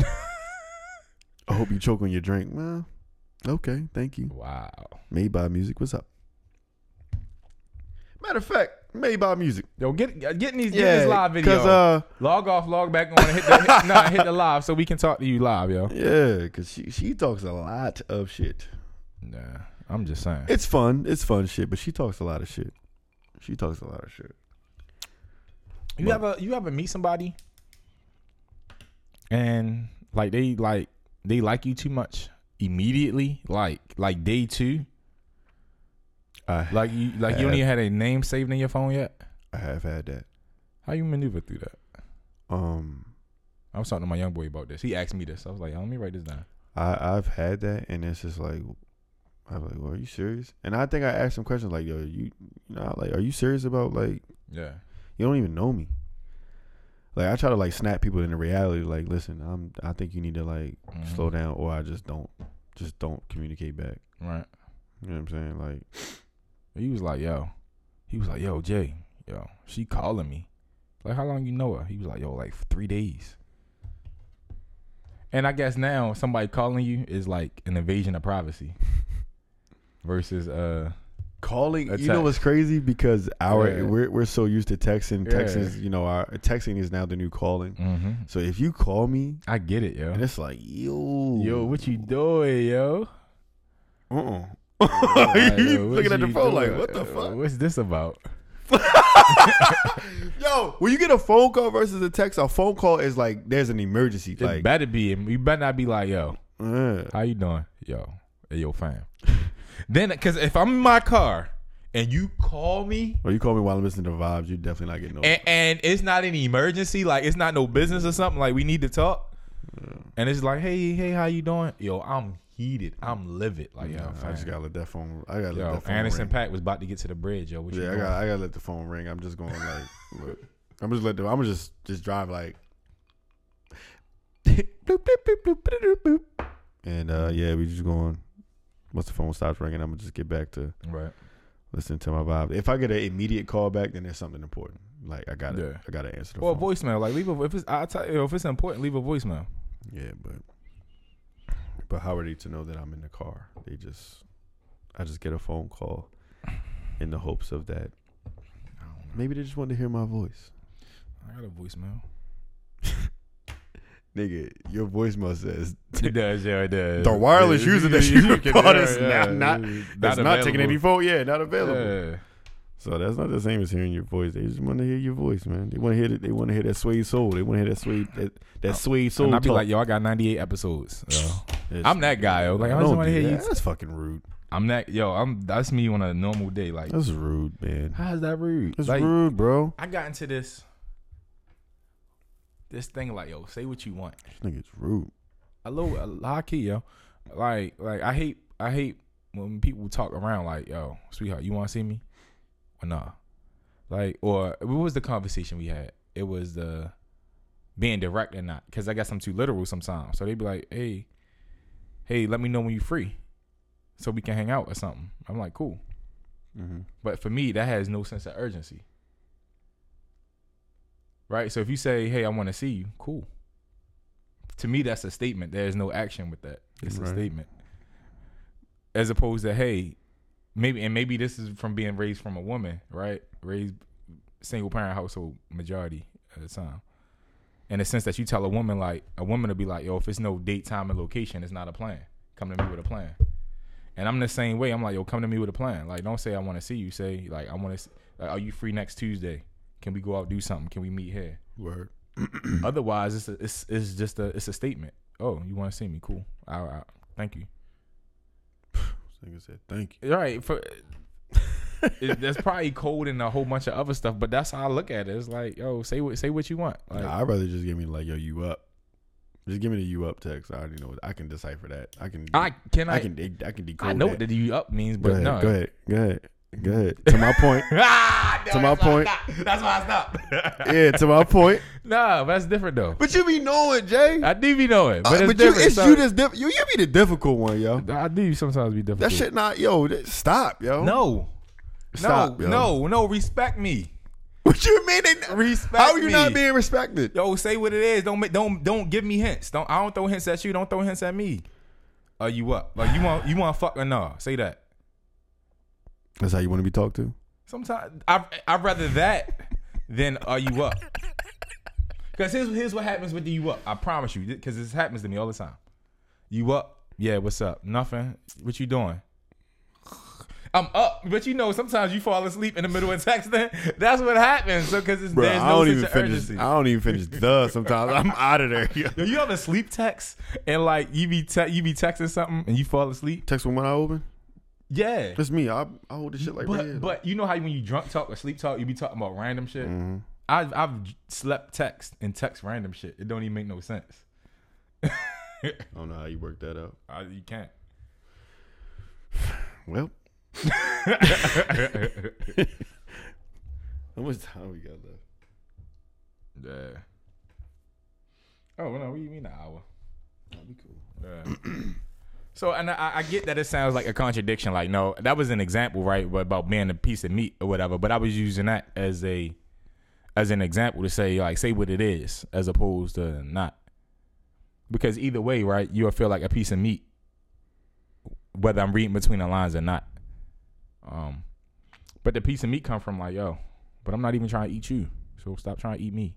S2: I hope you choke on your drink. Well, okay, thank you.
S3: Wow.
S2: Made by Music, what's up? Matter of fact, Made by Music.
S3: Yo, get getting these getting this live video.
S2: Cause uh,
S3: log off, log back on, and hit the hit, nah, hit the live so we can talk to you live, yo.
S2: yeah, cause she she talks a lot of shit.
S3: Nah, I'm just saying.
S2: It's fun, it's fun shit, but she talks a lot of shit. She talks a lot of shit.
S3: You ever you ever meet somebody and like they like they like you too much immediately, like like day two,
S2: I
S3: like you like you don't even had a name saved in your phone yet.
S2: I have had that.
S3: How you maneuver through that?
S2: Um,
S3: I was talking to my young boy about this. He asked me this. I was like, let me write this down.
S2: I I've had that, and it's just like, I'm like, well, are you serious? And I think I asked some questions like, yo, you, you know, like, are you serious about like
S3: Yeah.
S2: you don't even know me? Like I try to like snap people into reality. Like, listen, I'm I think you need to like
S3: Mhm.
S2: slow down, or I just don't just don't communicate back.
S3: Right.
S2: You know what I'm saying? Like,
S3: He was like, yo. He was like, yo, Jay, yo, she calling me. Like, how long you know her? He was like, yo, like three days. And I guess now somebody calling you is like an invasion of privacy. Versus uh
S2: calling
S3: A
S2: you know
S3: text.
S2: what's crazy because our
S3: Yeah.
S2: we're we're so used to texting.
S3: Yeah.
S2: Texting, you know, our texting is now the new calling.
S3: mhm.
S2: So if you call me,
S3: I get it, yo.
S2: and it's like, yo,
S3: Yo, what you doing, yo?
S2: Uh-uh.
S3: Like,
S2: uh, you
S3: yo, what
S2: looking at the
S3: you
S2: phone like,
S3: doing?
S2: what the
S3: Uh,
S2: fuck?
S3: What's this about?
S2: Yo, when you get a phone call versus a text, a phone call is like there's an emergency.
S3: it
S2: Like,
S3: better be you better not be like, yo,
S2: uh,
S3: How you doing? Yo, hey, yo, fam. then, because if I'm in my car and you call me
S2: well, Oh, you call me while I'm listening to vibes, you definitely not getting no.
S3: and, and it's not an emergency, like it's not no business or something, like we need to talk, and it's like, hey, hey, how you doing? Yo, I'm heated. I'm livid. Like, yo,
S2: Nah, I
S3: fam.
S2: just gotta let that phone. I gotta let
S3: Yo,
S2: that phone
S3: Anderson
S2: ring.
S3: Pack was about to get to the bridge, yo. What you
S2: yeah, I
S3: doing?
S2: gotta, I gotta let the phone ring. I'm just going like, look, I'm just let the, I'm just just drive like. Bloop, bloop, bloop, bloop, bloop, bloop, bloop. and uh, yeah, we just going. Once the phone stops ringing, I'm gonna just get back to
S3: Right.
S2: listening to my vibe. If I get an immediate call back, then there's something important. Like I gotta,
S3: Yeah.
S2: I gotta answer the
S3: Or a
S2: phone.
S3: voicemail. Like, leave a if it's I tell you, if it's important, leave a voicemail.
S2: Yeah, but but how are they to know that I'm in the car? They just I just get a phone call in the hopes of that. Maybe they just want to hear my voice.
S3: I got a voicemail.
S2: Nigga, your voicemail says
S3: It does, yeah, it does.
S2: the wireless
S3: Yeah,
S2: user
S3: yeah,
S2: that you
S3: can-
S2: bought
S3: yeah,
S2: is
S3: yeah,
S2: not not,
S3: yeah.
S2: that's not taking
S3: available.
S2: any phone. Yeah, not available.
S3: Yeah.
S2: So that's not the same as hearing your voice. They just want to hear your voice, man. They want to hear that. They want to hear that suede soul. They want to hear that suede that, that suede soul.
S3: and I'd be
S2: talk.
S3: like, yo, I got 98 episodes. yo.
S2: It's-
S3: I'm that guy, yo. Like, I just
S2: Don't
S3: want to
S2: do
S3: hear
S2: that.
S3: you.
S2: That's fucking rude.
S3: I'm that, yo, I'm, that's me on a normal day. Like,
S2: That's rude, man.
S3: how's that rude?
S2: That's
S3: Like,
S2: rude, bro.
S3: I got into this, this thing like, yo, say what you want.
S2: This nigga's rude.
S3: A little, a low key, yo. Like, like, I hate, I hate when people talk around like, yo, sweetheart, you want to see me? Or nah? Like, or what was the conversation we had? It was the being direct and not. Because I guess I'm too literal sometimes. So they'd be like, hey, hey, let me know when you're free so we can hang out or something. I'm like, cool.
S2: Mm-hmm.
S3: But for me, that has no sense of urgency. Right? So if you say, hey, I want to see you, cool. to me that's a statement. There's no action with that. It's
S2: Right.
S3: a statement. As opposed to hey, maybe and maybe this is from being raised from a woman, right? Raised single parent household majority of the time. In the sense that you tell a woman like a woman to be like, yo, if it's no date, time, and location, it's not a plan. Come to me with a plan. And I'm the same way. I'm like, yo, come to me with a plan. Like, don't say I want to see you. Say like, I want to. Like, are you free next Tuesday? Can we go out do something? Can we meet here?
S2: Word. Mm.
S3: Otherwise, it's a, it's it's just a it's a statement. Oh, you want to see me? Cool. I, I thank you.
S2: Nigga said thank you.
S3: All right. For it, there's probably code and a whole bunch of other stuff, but that's how I look at it. It's like, yo, say what say what you want. Like,
S2: nah, I'd rather just give me like yo you up. Just give me the you up text. I already know. what- I can decipher that. I can.
S3: I can I,
S2: I can. de- I can decode.
S3: I know
S2: that.
S3: what the you up means,
S2: Go
S3: but
S2: ahead,
S3: no.
S2: go ahead. Go ahead. Go ahead. To my point. To
S3: Ah, no,
S2: my
S3: that's why I
S2: point.
S3: stopped. That's why I stopped.
S2: Yeah. To my point.
S3: nah, that's different though.
S2: But you be knowing, Jay.
S3: I do be knowing, but
S2: Uh,
S3: it's
S2: but you,
S3: different.
S2: it's
S3: so-
S2: you that's diff- you, you be the difficult one, yo.
S3: I do sometimes be different.
S2: That shit not, yo. That, stop, yo.
S3: No.
S2: Stop,
S3: no,
S2: yo.
S3: no, no, respect me.
S2: What you mean? They,
S3: Respect
S2: How are you
S3: me.
S2: not being respected?
S3: Yo, say what it is. Don't make, don't don't give me hints. Don't I don't throw hints at you. Don't throw hints at me. Are you up? Like you want you want fuck or no? Say that.
S2: That's how you want to be talked to.
S3: Sometimes I I'd rather that than are you up? Because here's here's what happens with the you up. I promise you, because this happens to me all the time. You up? Yeah, what's up? Nothing. What you doing? I'm up, but you know sometimes you fall asleep in the middle of texting. That's what happens. So because
S2: Bro,
S3: there's
S2: I
S3: no
S2: don't
S3: sense
S2: even
S3: of
S2: finish.
S3: urgency.
S2: I don't even finish the. Sometimes I'm out of there. Yo.
S3: Yo, you ever sleep text and like you be te- you be texting something and you fall asleep?
S2: Text with one eye open.
S3: Yeah,
S2: That's me. I, I hold this shit like
S3: but
S2: right here.
S3: but you know how you- when you drunk talk or sleep talk, you be talking about random shit. I've I've j- slept text and text random shit. It don't even make no sense.
S2: I don't know how you work that out.
S3: I, you can't.
S2: Well, how much time we got left?
S3: Yeah. Oh well, no, we mean an hour.
S2: That'd be cool.
S3: Yeah. so and I, I get that it sounds like a contradiction. Like no, that was an example, right? But about being a piece of meat or whatever. But I was using that as a as an example to say like say what it is as opposed to not. Because either way, right, you'll feel like a piece of meat, whether I'm reading between the lines or not. Um, but the piece of meat come from like yo, but I'm not even trying to eat you, so stop trying to eat me.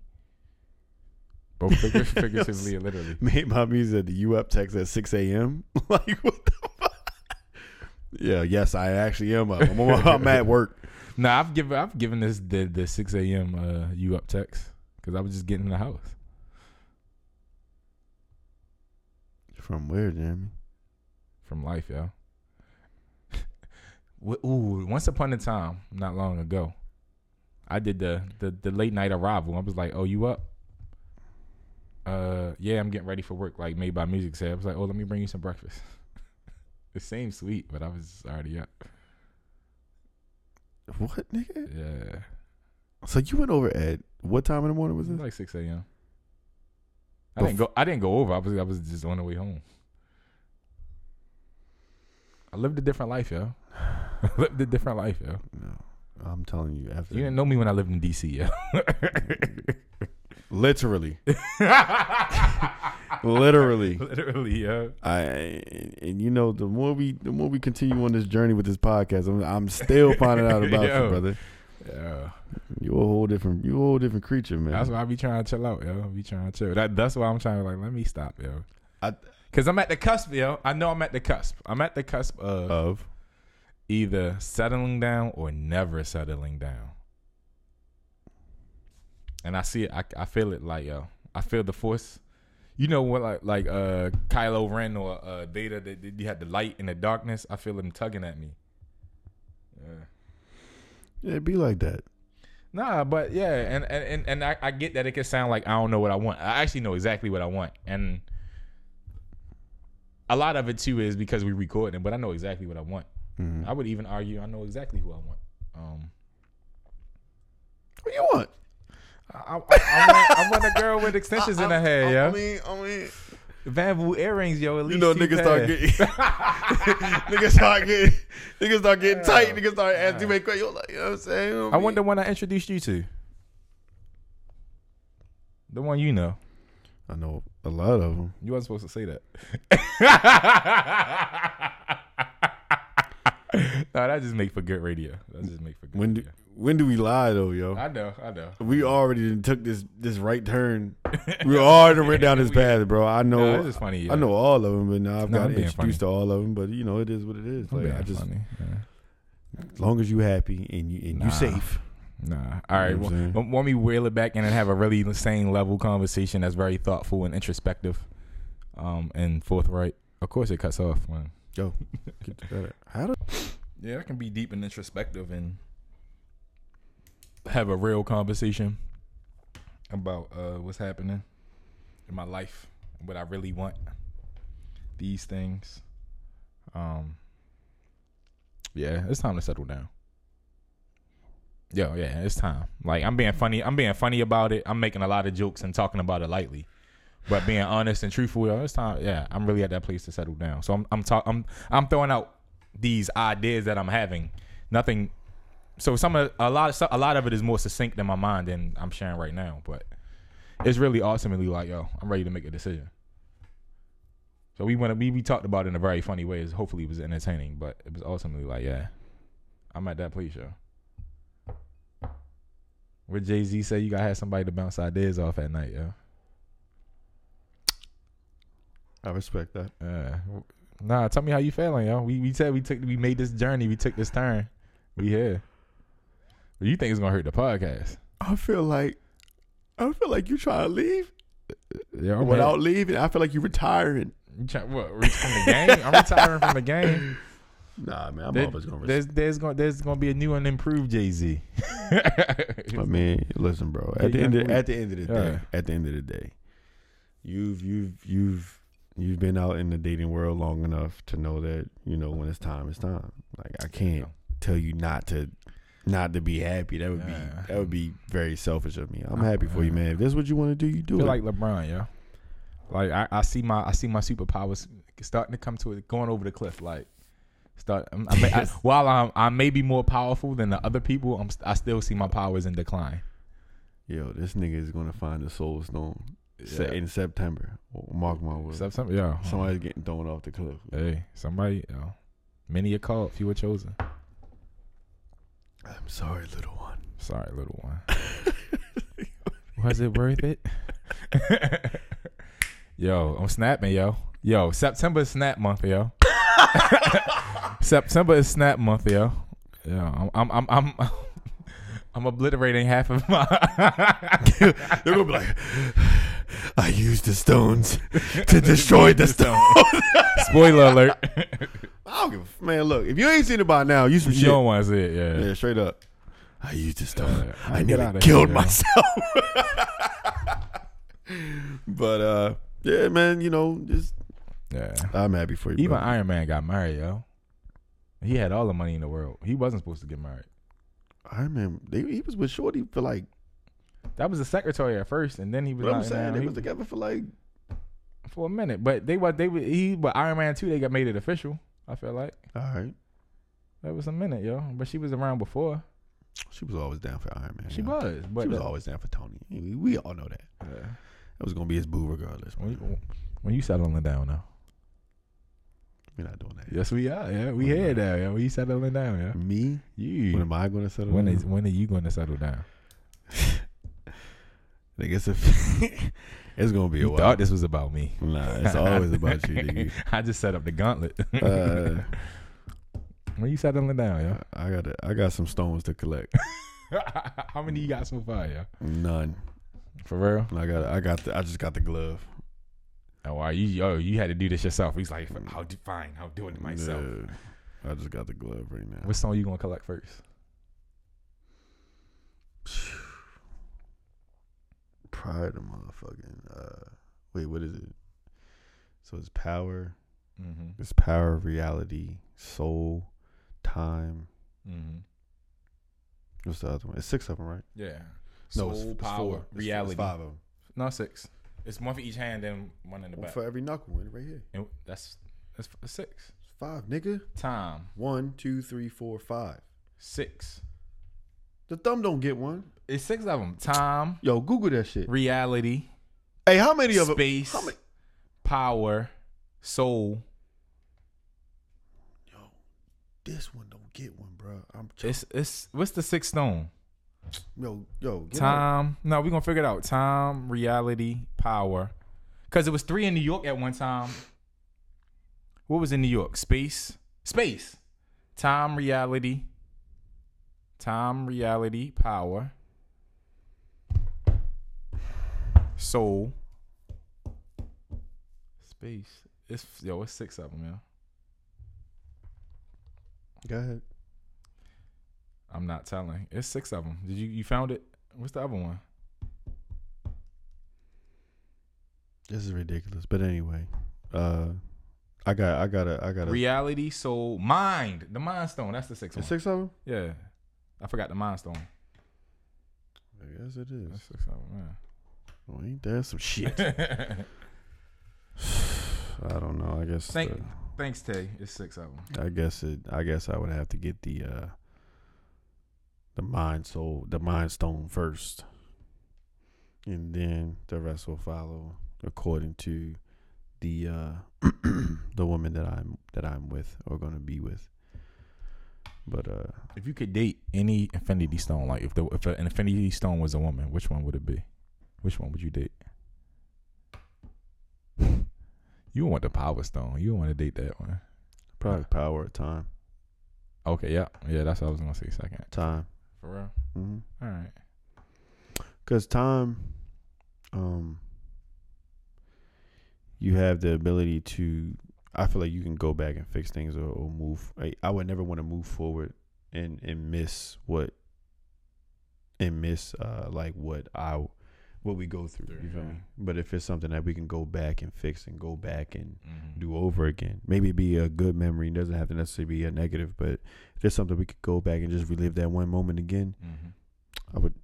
S3: Both figur- figuratively and literally.
S2: Made my music at the U up text at 6 a.m. like, what the fuck? Yeah, yes, I actually am up. I'm, on- I'm at work.
S3: No, I've given I've given this the the six a.m. Uh, you up text because I was just getting in the house.
S2: From where, Jeremy?
S3: from life, yo. W- Ooh, once upon a time, not long ago, I did the the, the late night arrival. I was like, "Oh, you up?" Uh, yeah, I'm getting ready for work. Like made by music said, I was like, "Oh, let me bring you some breakfast." it seemed sweet, but I was already up.
S2: What, nigga?
S3: Yeah,
S2: So you went over at what time in the morning was
S3: it was
S2: this?
S3: like six a.m. I didn't go. I didn't go over. I was. I was just on the way home. I lived a different life, yo. I lived a different life, yo.
S2: No, I'm telling you, after
S3: You didn't know me when I lived in DC, yo.
S2: literally, literally.
S3: Literally, yo.
S2: I and you know the more we the more we continue on this journey with this podcast, I'm, I'm still finding out about you,
S3: Yo.
S2: brother.
S3: Yeah.
S2: You a whole different, you a whole different creature, man.
S3: That's why I be trying to chill out, yo. I be trying to chill. That, that's why I'm trying to like, let me stop, yo.
S2: I-
S3: Cause I'm at the cusp, yo. I know I'm at the cusp. I'm at the cusp of
S2: of
S3: either settling down or never settling down. And I see it. I, I feel it like yo. I feel the force. You know what, like like uh Kylo Ren or uh Data that that you had the light and the darkness. I feel them tugging at me. Yeah.
S2: yeah, it be like that.
S3: Nah, but yeah, and and and, and I, I get that it can sound like I don't know what I want. I actually know exactly what I want, and a lot of it too is because we record them. But I know exactly what I want. I would even argue I know exactly who I want. Um,
S2: What you want?
S3: I, I, I, want, I want a girl with extensions in her hair, yo.
S2: I mean, I mean,
S3: Bamboo earrings, yo. At least
S2: you know,
S3: two
S2: niggas start
S3: pairs.
S2: getting, niggas start getting, niggas start getting tight. Niggas start asking too many questions. You're like, You know what I'm saying? You know what
S3: I
S2: mean?
S3: want the one I introduced you to. The one you know.
S2: I know a lot of them.
S3: You weren't supposed to say that. no, that just make for good radio. That just make for good.
S2: When do
S3: radio.
S2: when do we lie though, yo?
S3: I know, I know.
S2: We already done took this this right turn. We already went down this path, bro. I
S3: No,
S2: know.
S3: it's just funny.
S2: I know all of them, but now I've
S3: No, I'm
S2: gotten
S3: being
S2: introduced to all of them. But you know, it is what it is. Like I just,
S3: funny. yeah.
S2: as long as you happy and you and
S3: Nah.
S2: you safe.
S3: Nah. All right.
S2: You know what I'm
S3: wa- want me to wheel it back in and have a really insane level conversation that's very thoughtful and introspective, um, and forthright. Of course, it cuts off, man.
S2: Yo, get that out. how do
S3: Yeah, I can be deep and introspective and have a real conversation about uh, what's happening in my life, what I really want, these things. Um, yeah, it's time to settle down. Yo, yeah, it's time. Like I'm being funny. I'm being funny about it. I'm making a lot of jokes and talking about it lightly, but being honest and truthful. Yo, it's time. Yeah, I'm really at that place to settle down. So I'm I'm talk, I'm I'm throwing out these ideas that I'm having. Nothing. So some of a lot of stuff, a lot of it is more succinct in my mind than I'm sharing right now. But it's really ultimately like, yo, I'm ready to make a decision. So we went we we talked about it in a very funny way. It's- Hopefully, it was entertaining, but it was ultimately like, yeah, I'm at that place, yo. Where Jay Z said you gotta have somebody to bounce ideas off at night, yo.
S2: I respect that?
S3: Yeah. Nah, tell me how you feeling, yo. We we said we took we made this journey, we took this turn. We here. You think it's gonna hurt the podcast?
S2: I feel like I feel like you trying to leave
S3: Yeah, I'm
S2: without leaving. I feel like you retiring.
S3: You try, what? re- From the game? I'm retiring from the game.
S2: Nah, man, I'm
S3: There-
S2: always gonna respect.
S3: there's there's gonna there's gonna be a new and improved Jay Z.
S2: I mean, listen, bro.
S3: Yeah,
S2: At the
S3: you
S2: end, of,
S3: gotta-
S2: at the end of the day,
S3: Yeah.
S2: at the end of the day, you've you've you've you've been out in the dating world long enough to know that you know when it's time, it's time. Like I can't tell you not to not to be happy. That would
S3: Yeah.
S2: be that would be very selfish of me. I'm happy for you, man. If that's what you want to do, you do
S3: feel
S2: it.
S3: like LeBron, yo. Like I, I see my I see my superpowers starting to come to it, going over the cliff. Like start. I'm, I may, I, while I'm I may be more powerful than the other people, I'm st- I still see my powers in decline.
S2: Yo, this nigga is gonna find the soul stone se- in September. Mark my words.
S3: Except some, yeah.
S2: Somebody's getting thrown off the cliff.
S3: Hey, somebody, yo. Many are called, few are chosen.
S2: I'm sorry, little one.
S3: Sorry, little one. Was it worth it? yo, I'm snapping, yo. Yo, September is snap month, yo. September is snap month, yo. Yeah, I'm, I'm, I'm, I'm, I'm obliterating half of my.
S2: They're gonna be like, I used the stones to destroy the stone.
S3: Spoiler alert.
S2: I don't give a f- man. Look, if you ain't seen it by now, you some
S3: you
S2: shit.
S3: don't want to see it, yeah.
S2: Yeah, straight up. I used the stone.
S3: Yeah,
S2: I
S3: get
S2: nearly
S3: outta
S2: killed
S3: here, yo.
S2: myself. but uh, yeah, man. You know, just
S3: Yeah.
S2: I'm happy for you.
S3: Even
S2: bro.
S3: Iron Man got married, yo. He had all the money in the world. He wasn't supposed to get married.
S2: Iron Man, they, he was with Shorty for like.
S3: That was the secretary at first, and then he was.
S2: What I'm
S3: not-
S2: saying,
S3: nah,
S2: they
S3: he-
S2: was together for like.
S3: for a minute, but they what they were- he but Iron Man two they got made it official. I feel like
S2: All right,
S3: that was a minute, yo. But she was around before.
S2: she was always down for Iron Man.
S3: She
S2: yo.
S3: was, but
S2: She was
S3: that-
S2: always down for Tony. We, we all know that.
S3: yeah.
S2: That was gonna be his boo regardless.
S3: when, you, when you settling down now.
S2: We're not doing that.
S3: Yes, we are. Yeah,
S2: When
S3: we here
S2: not?
S3: now. Yeah, we settling down. Yeah,
S2: Me? When
S3: you.
S2: am I gonna settle?
S3: When
S2: down?
S3: is when are you going to settle down?
S2: I guess if it's gonna be a
S3: You
S2: while.
S3: thought this was about me.
S2: Nah, it's always about you, nigga.
S3: I just set up the gauntlet.
S2: Uh,
S3: when you settling down, yo?
S2: I got I got some stones to collect.
S3: How many you got so far, yo?
S2: None.
S3: For real?
S2: I got I got the, I just got the glove.
S3: Oh, wow, you oh you had to do this yourself. He's like, I'll do fine. I'll do it myself.
S2: Yeah, I just got the glove right now.
S3: What song you gonna collect first?
S2: Prior to motherfucking. Uh, wait, what is it? So it's power.
S3: Mm-hmm.
S2: It's power, reality, soul, time.
S3: Mm-hmm.
S2: What's the other one? It's six of them, right?
S3: Yeah.
S2: no, it's, it's four. It's- it's five of them.
S3: No six. It's one for each hand and one in the
S2: One
S3: back.
S2: for every knuckle, one right here.
S3: And that's that's f- six.
S2: It's five, nigga.
S3: Time
S2: One, two, three, four, five.
S3: six.
S2: The thumb don't get one.
S3: It's six of them. Time,
S2: Yo, Google that shit.
S3: reality,
S2: Hey, how many of them?
S3: space, power, soul.
S2: This one don't get one, bro. I'm ch-
S3: It's it's what's the sixth stone?
S2: yo yo. get out.
S3: Time. No, we're gonna figure it out. Time, reality, power. Cause it was three in New York at one time. What was in New York? Space. Space. Time, reality. Time, reality, power. Soul. Space. It's yo, it's six of them, yeah.
S2: Go ahead.
S3: I'm not telling. It's six of them. Did you you found it? What's the other one?
S2: This is ridiculous. But anyway, uh, I got I got a I got a
S3: Reality, soul, mind. The mind stone. That's the sixth
S2: It's
S3: one.
S2: six of them.
S3: Yeah. I forgot the mind stone.
S2: Yes, it is.
S3: That's six of them,
S2: Well, ain't that some shit?
S3: yeah.
S2: I don't know. I guess.
S3: Thank-
S2: uh,
S3: Thanks, Tay. It's six of them.
S2: I guess it. I guess I would have to get the uh the mind soul, the mind stone first, and then the rest will follow according to the uh the woman that I'm that I'm with or going to be with. But uh,
S3: If you could date any infinity stone, like if the if an infinity stone was a woman, which one would it be? Which one would you date? You want the power stone. You want to date that one.
S2: probably power of time.
S3: Okay, yeah. Yeah, that's what I was gonna say second.
S2: Time.
S3: For real.
S2: Mm-hmm.
S3: All right.
S2: Cause time, um, you have the ability to. I feel like you can go back and fix things or, or move. I, I would never want to move forward and and miss what and miss uh like what I what we go through. You feel me? But if it's something that we can go back and fix and go back and
S3: Mhm.
S2: do over again. Maybe be a good memory. It doesn't have to necessarily be a negative, but if there's something we could go back and just relive that one moment again.
S3: Mhm.
S2: I would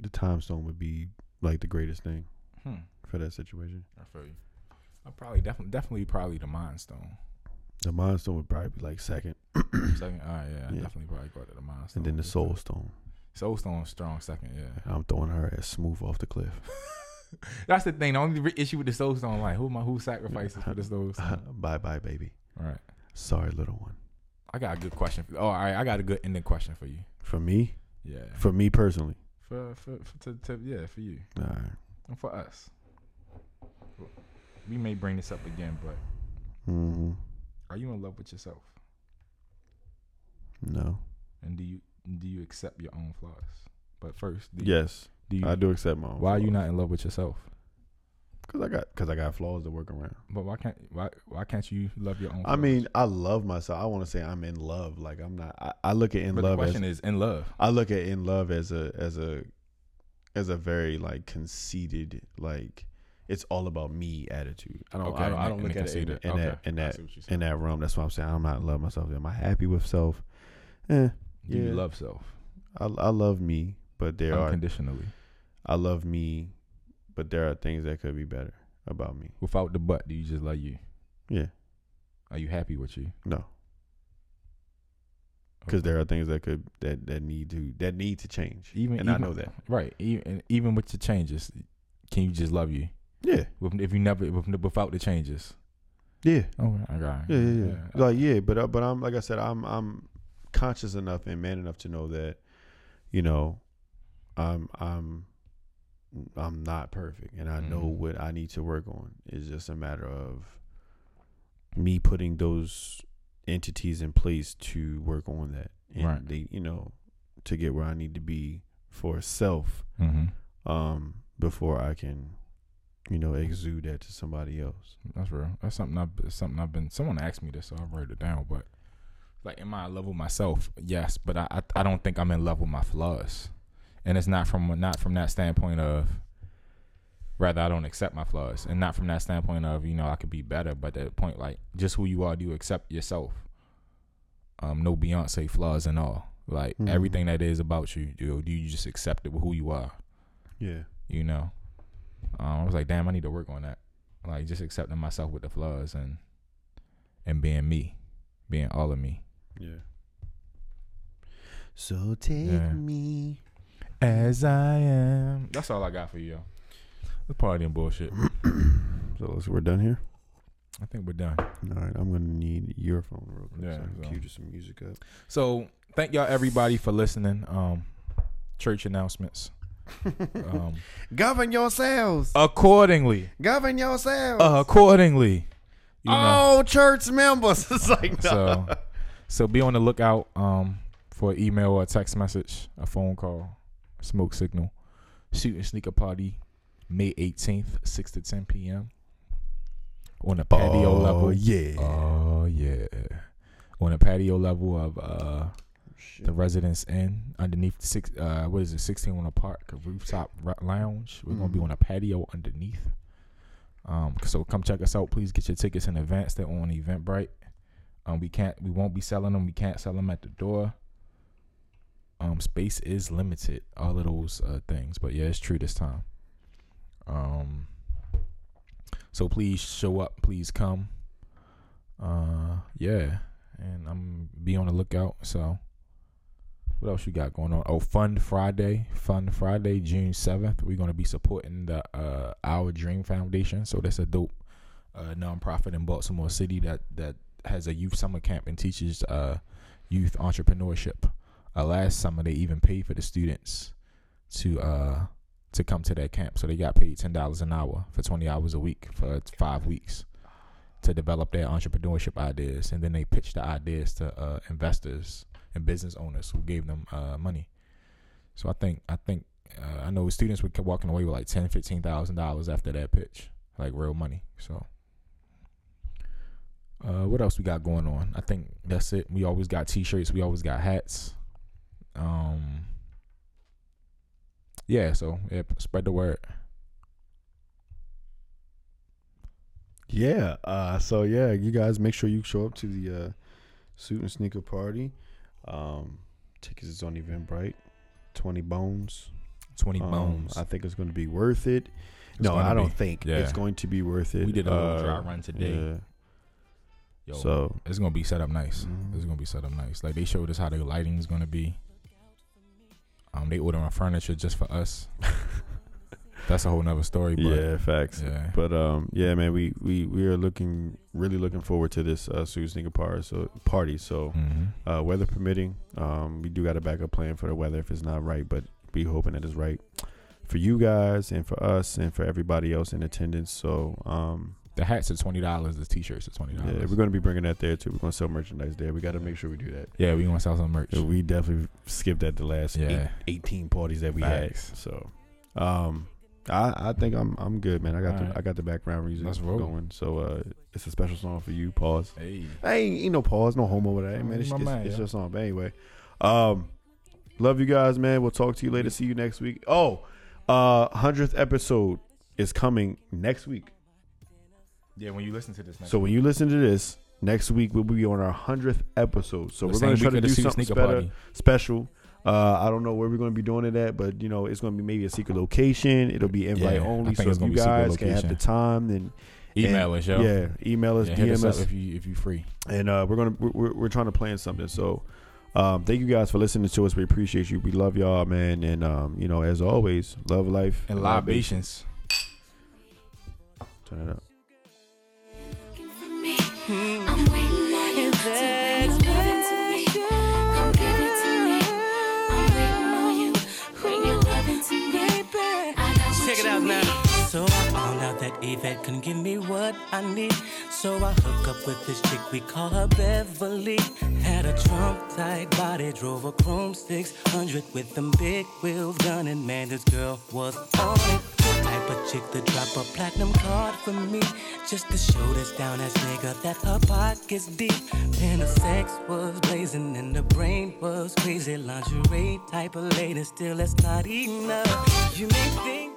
S2: the time stone would be like the greatest thing
S3: Hmm.
S2: for that situation.
S3: I feel you. I probably definitely definitely probably the mind stone.
S2: The mind stone would probably be like second,
S3: Second, all right, yeah, I
S2: Yeah.
S3: definitely probably go to the mind stone.
S2: and then the soul stone.
S3: Soul stone strong second, yeah.
S2: I'm throwing her ass smooth off the cliff.
S3: That's the thing. The only re- issue with the soul stone, like who am I, who sacrifices for the soul stone?
S2: bye bye, baby.
S3: All right,
S2: Sorry, little one.
S3: I got a good question. For, oh, all right, I got a good ending question for you.
S2: For me,
S3: Yeah,
S2: for me personally.
S3: for for, for to, to, yeah for you
S2: All right.
S3: and for us. We may bring this up again, but
S2: Mm-hmm.
S3: are you in love with yourself,
S2: No.
S3: and do you do you accept your own flaws? But first, do you,
S2: Yes,
S3: do you,
S2: I do accept my own.
S3: Why are you not in love with yourself?
S2: Because I got because I got flaws to work around.
S3: But why can't why why can't you love your own?
S2: I
S3: flaws?
S2: mean, I love myself. I want to say I'm in love. Like I'm not. I, I look at in
S3: but
S2: love.
S3: the
S2: as,
S3: question is in love.
S2: I look at in love as a as a as a very like conceited like it's all about me attitude. I don't I don't, I don't look at it in, in that in that in that realm. That's what I'm saying. I'm not in love with myself. Am I happy with self? Eh,
S3: Do
S2: yeah.
S3: you love self
S2: I I love me, but there are
S3: unconditionally
S2: I love me, but there are things that could be better about me.
S3: without the but? Do you just love you?
S2: Yeah,
S3: Are you happy with you?
S2: no. Because there are things that could that that need to that need to change.
S3: Even-
S2: and I
S3: even-
S2: know that.
S3: Right. Even even with the changes, can you just love you?
S2: Yeah,
S3: With- If you never with- without the changes.
S2: yeah.
S3: Oh, I got it.
S2: Yeah, yeah, yeah. Like yeah, but uh, but I'm like I said, I'm I'm conscious enough and man enough to know that, you know, I'm I'm I'm not perfect, and I know
S3: Mhm.
S2: what I need to work on. It's just a matter of me putting those entities in place to work on that, and
S3: Right.
S2: they, you know, to get where I need to be for self,
S3: hmm
S2: um, before I can, you know, exude that to somebody else.
S3: That's real. That's something I've it's something I've been. Someone asked me this, so I wrote it down. But like, am I in love with myself? Yes, but I I, I don't think I'm in love with my flaws, and it's not from not from that standpoint of rather I don't accept my flaws, and not from that standpoint of you know I could be better. But at the point like just who you are, do you accept yourself? Um, no Beyonce flaws and all. Like
S2: Mhm.
S3: everything that is about you, do do you just accept it with who you are?
S2: Yeah.
S3: you know. Um, I was like, damn, I need to work on that. Like just accepting myself with the flaws and and being me, being all of me.
S2: Yeah. So take
S3: Yeah.
S2: me.
S3: As I am. That's all I got for you. It's partying bullshit.
S2: So let's, we're done here.
S3: I think we're done.
S2: All right, I'm gonna need your phone real quick.
S3: Yeah,
S2: so I can
S3: so-
S2: cue just some music up.
S3: So thank y'all everybody for listening. Um, church announcements. Um,
S2: Govern yourselves.
S3: accordingly,
S2: Govern yourselves.
S3: accordingly. You know.
S2: All church members. it's like no.
S3: So, so be on the lookout um for an email or a text message, a phone call, smoke signal, shoot and sneaker party, May eighteenth, six to ten p.m. on a patio
S2: Oh,
S3: level.
S2: yeah.
S3: Oh yeah. On a patio level of uh the residence inn underneath the six uh what is it, sixteen on a park, a rooftop ro- lounge. We're gonna be on a patio underneath. Um so come check us out. Please get your tickets in advance. They're on Eventbrite. Um we can't we won't be selling them, we can't sell them at the door. Um space is limited, all of those uh things. But yeah, it's true this time. Um so please show up, please come uh yeah and i'm be on the lookout so what else you got going on oh fun friday fun friday june 7th we're going to be supporting the uh our dream foundation so that's a dope uh nonprofit in baltimore city that that has a youth summer camp and teaches uh youth entrepreneurship uh, last summer they even paid for the students to uh to come to that camp so they got paid ten dollars an hour for 20 hours a week for five weeks to develop their entrepreneurship ideas, and then they pitched the ideas to uh, investors and business owners who gave them uh, money. So I think I think uh, I know students were kept walking away with like ten, fifteen thousand dollars after that pitch, like real money. So. Uh, what else we got going on? I think that's it. We always got t-shirts. We always got hats. Um. Yeah. So yeah, spread the word.
S2: Yeah. Uh, so yeah, you guys make sure you show up to the uh, suit and sneaker party. Um, tickets is on Eventbrite. Twenty bones.
S3: Twenty
S2: Um,
S3: bones.
S2: I think it's going to be worth it. no,
S3: gonna
S2: I don't
S3: be.
S2: think
S3: Yeah.
S2: it's going to be worth it.
S3: We did a little dry
S2: Uh,
S3: run today.
S2: yeah.
S3: Yo,
S2: So
S3: it's gonna be set up nice.
S2: Mhm.
S3: It's gonna be set up nice. Like they showed us how the lighting is gonna be. Um, they ordering furniture just for us. That's a whole nother story. But yeah,
S2: yeah, facts.
S3: yeah,
S2: But um, yeah, man, we we we are looking really looking forward to this uh, suit and sneaker party. So party. So
S3: Mhm.
S2: uh, weather permitting, um, we do got a backup plan for the weather if it's not right, but we hoping that it's right for you guys and for us and for everybody else in attendance. So um,
S3: the hats are twenty dollars. The t-shirts are twenty
S2: yeah,
S3: dollars. Yeah,
S2: we're going to be bringing that there too. We're going to sell merchandise there. We got to make sure we do that.
S3: we gonna sell some merch.
S2: Yeah, we definitely skipped at the last
S3: Yeah.
S2: eight, 18 parties that we
S3: Facts.
S2: had. So, um, I, I think I'm I'm good, man. I got the
S3: Alright.
S2: I got the background music
S3: Let's roll.
S2: going. So uh, it's a special song for you. Pause.
S3: Hey,
S2: I ain't, ain't no pause, no homo with that, man. It's,
S3: My
S2: it's,
S3: man,
S2: it's
S3: yeah.
S2: just on. But anyway, um, love you guys, man. We'll talk to you later. See you next week. Oh, uh, hundredth episode is coming next week.
S3: yeah. When you listen to this,
S2: So when you listen to this next week, we'll be on our hundredth episode. So
S3: The
S2: we're
S3: same
S2: gonna try
S3: week
S2: to
S3: of the
S2: do
S3: Super
S2: something
S3: Sneaker
S2: better,
S3: Party.
S2: special. Uh, I don't know where we're gonna be doing it at, but you know it's gonna be maybe a secret location. It'll be invite
S3: Yeah, I
S2: only.
S3: think
S2: So
S3: it's
S2: if
S3: gonna
S2: you
S3: be secret
S2: guys can have the
S3: location.
S2: time, then
S3: email us, yo.
S2: yeah, email us,
S3: Yeah, hit
S2: DM
S3: us
S2: us,
S3: up if you if you free.
S2: and uh, we're gonna we're, we're, we're trying to plan something. So, um, thank you guys for listening to us. We appreciate you. We love y'all, man. And um, you know, as always, love life
S3: And libations.
S2: Turn it up.
S6: I'm waiting on you to bring your love into me. Come give it to me. I'm waiting on you. Bring your love into me. I got what
S7: Check it
S6: you
S7: out now.
S6: need.
S7: So I found out that Yvette can give me what I need. So I hook up with this chick, we call her Beverly. Had a trunk tight body, drove a chrome 600 with them big wheels gunning. Man, this girl was on it. The Type of chick to drop a platinum card for me. Just to show this down ass nigga that her pockets deep. And her sex was blazing and the brain was crazy. Lingerie type of lady, still that's not enough. You may think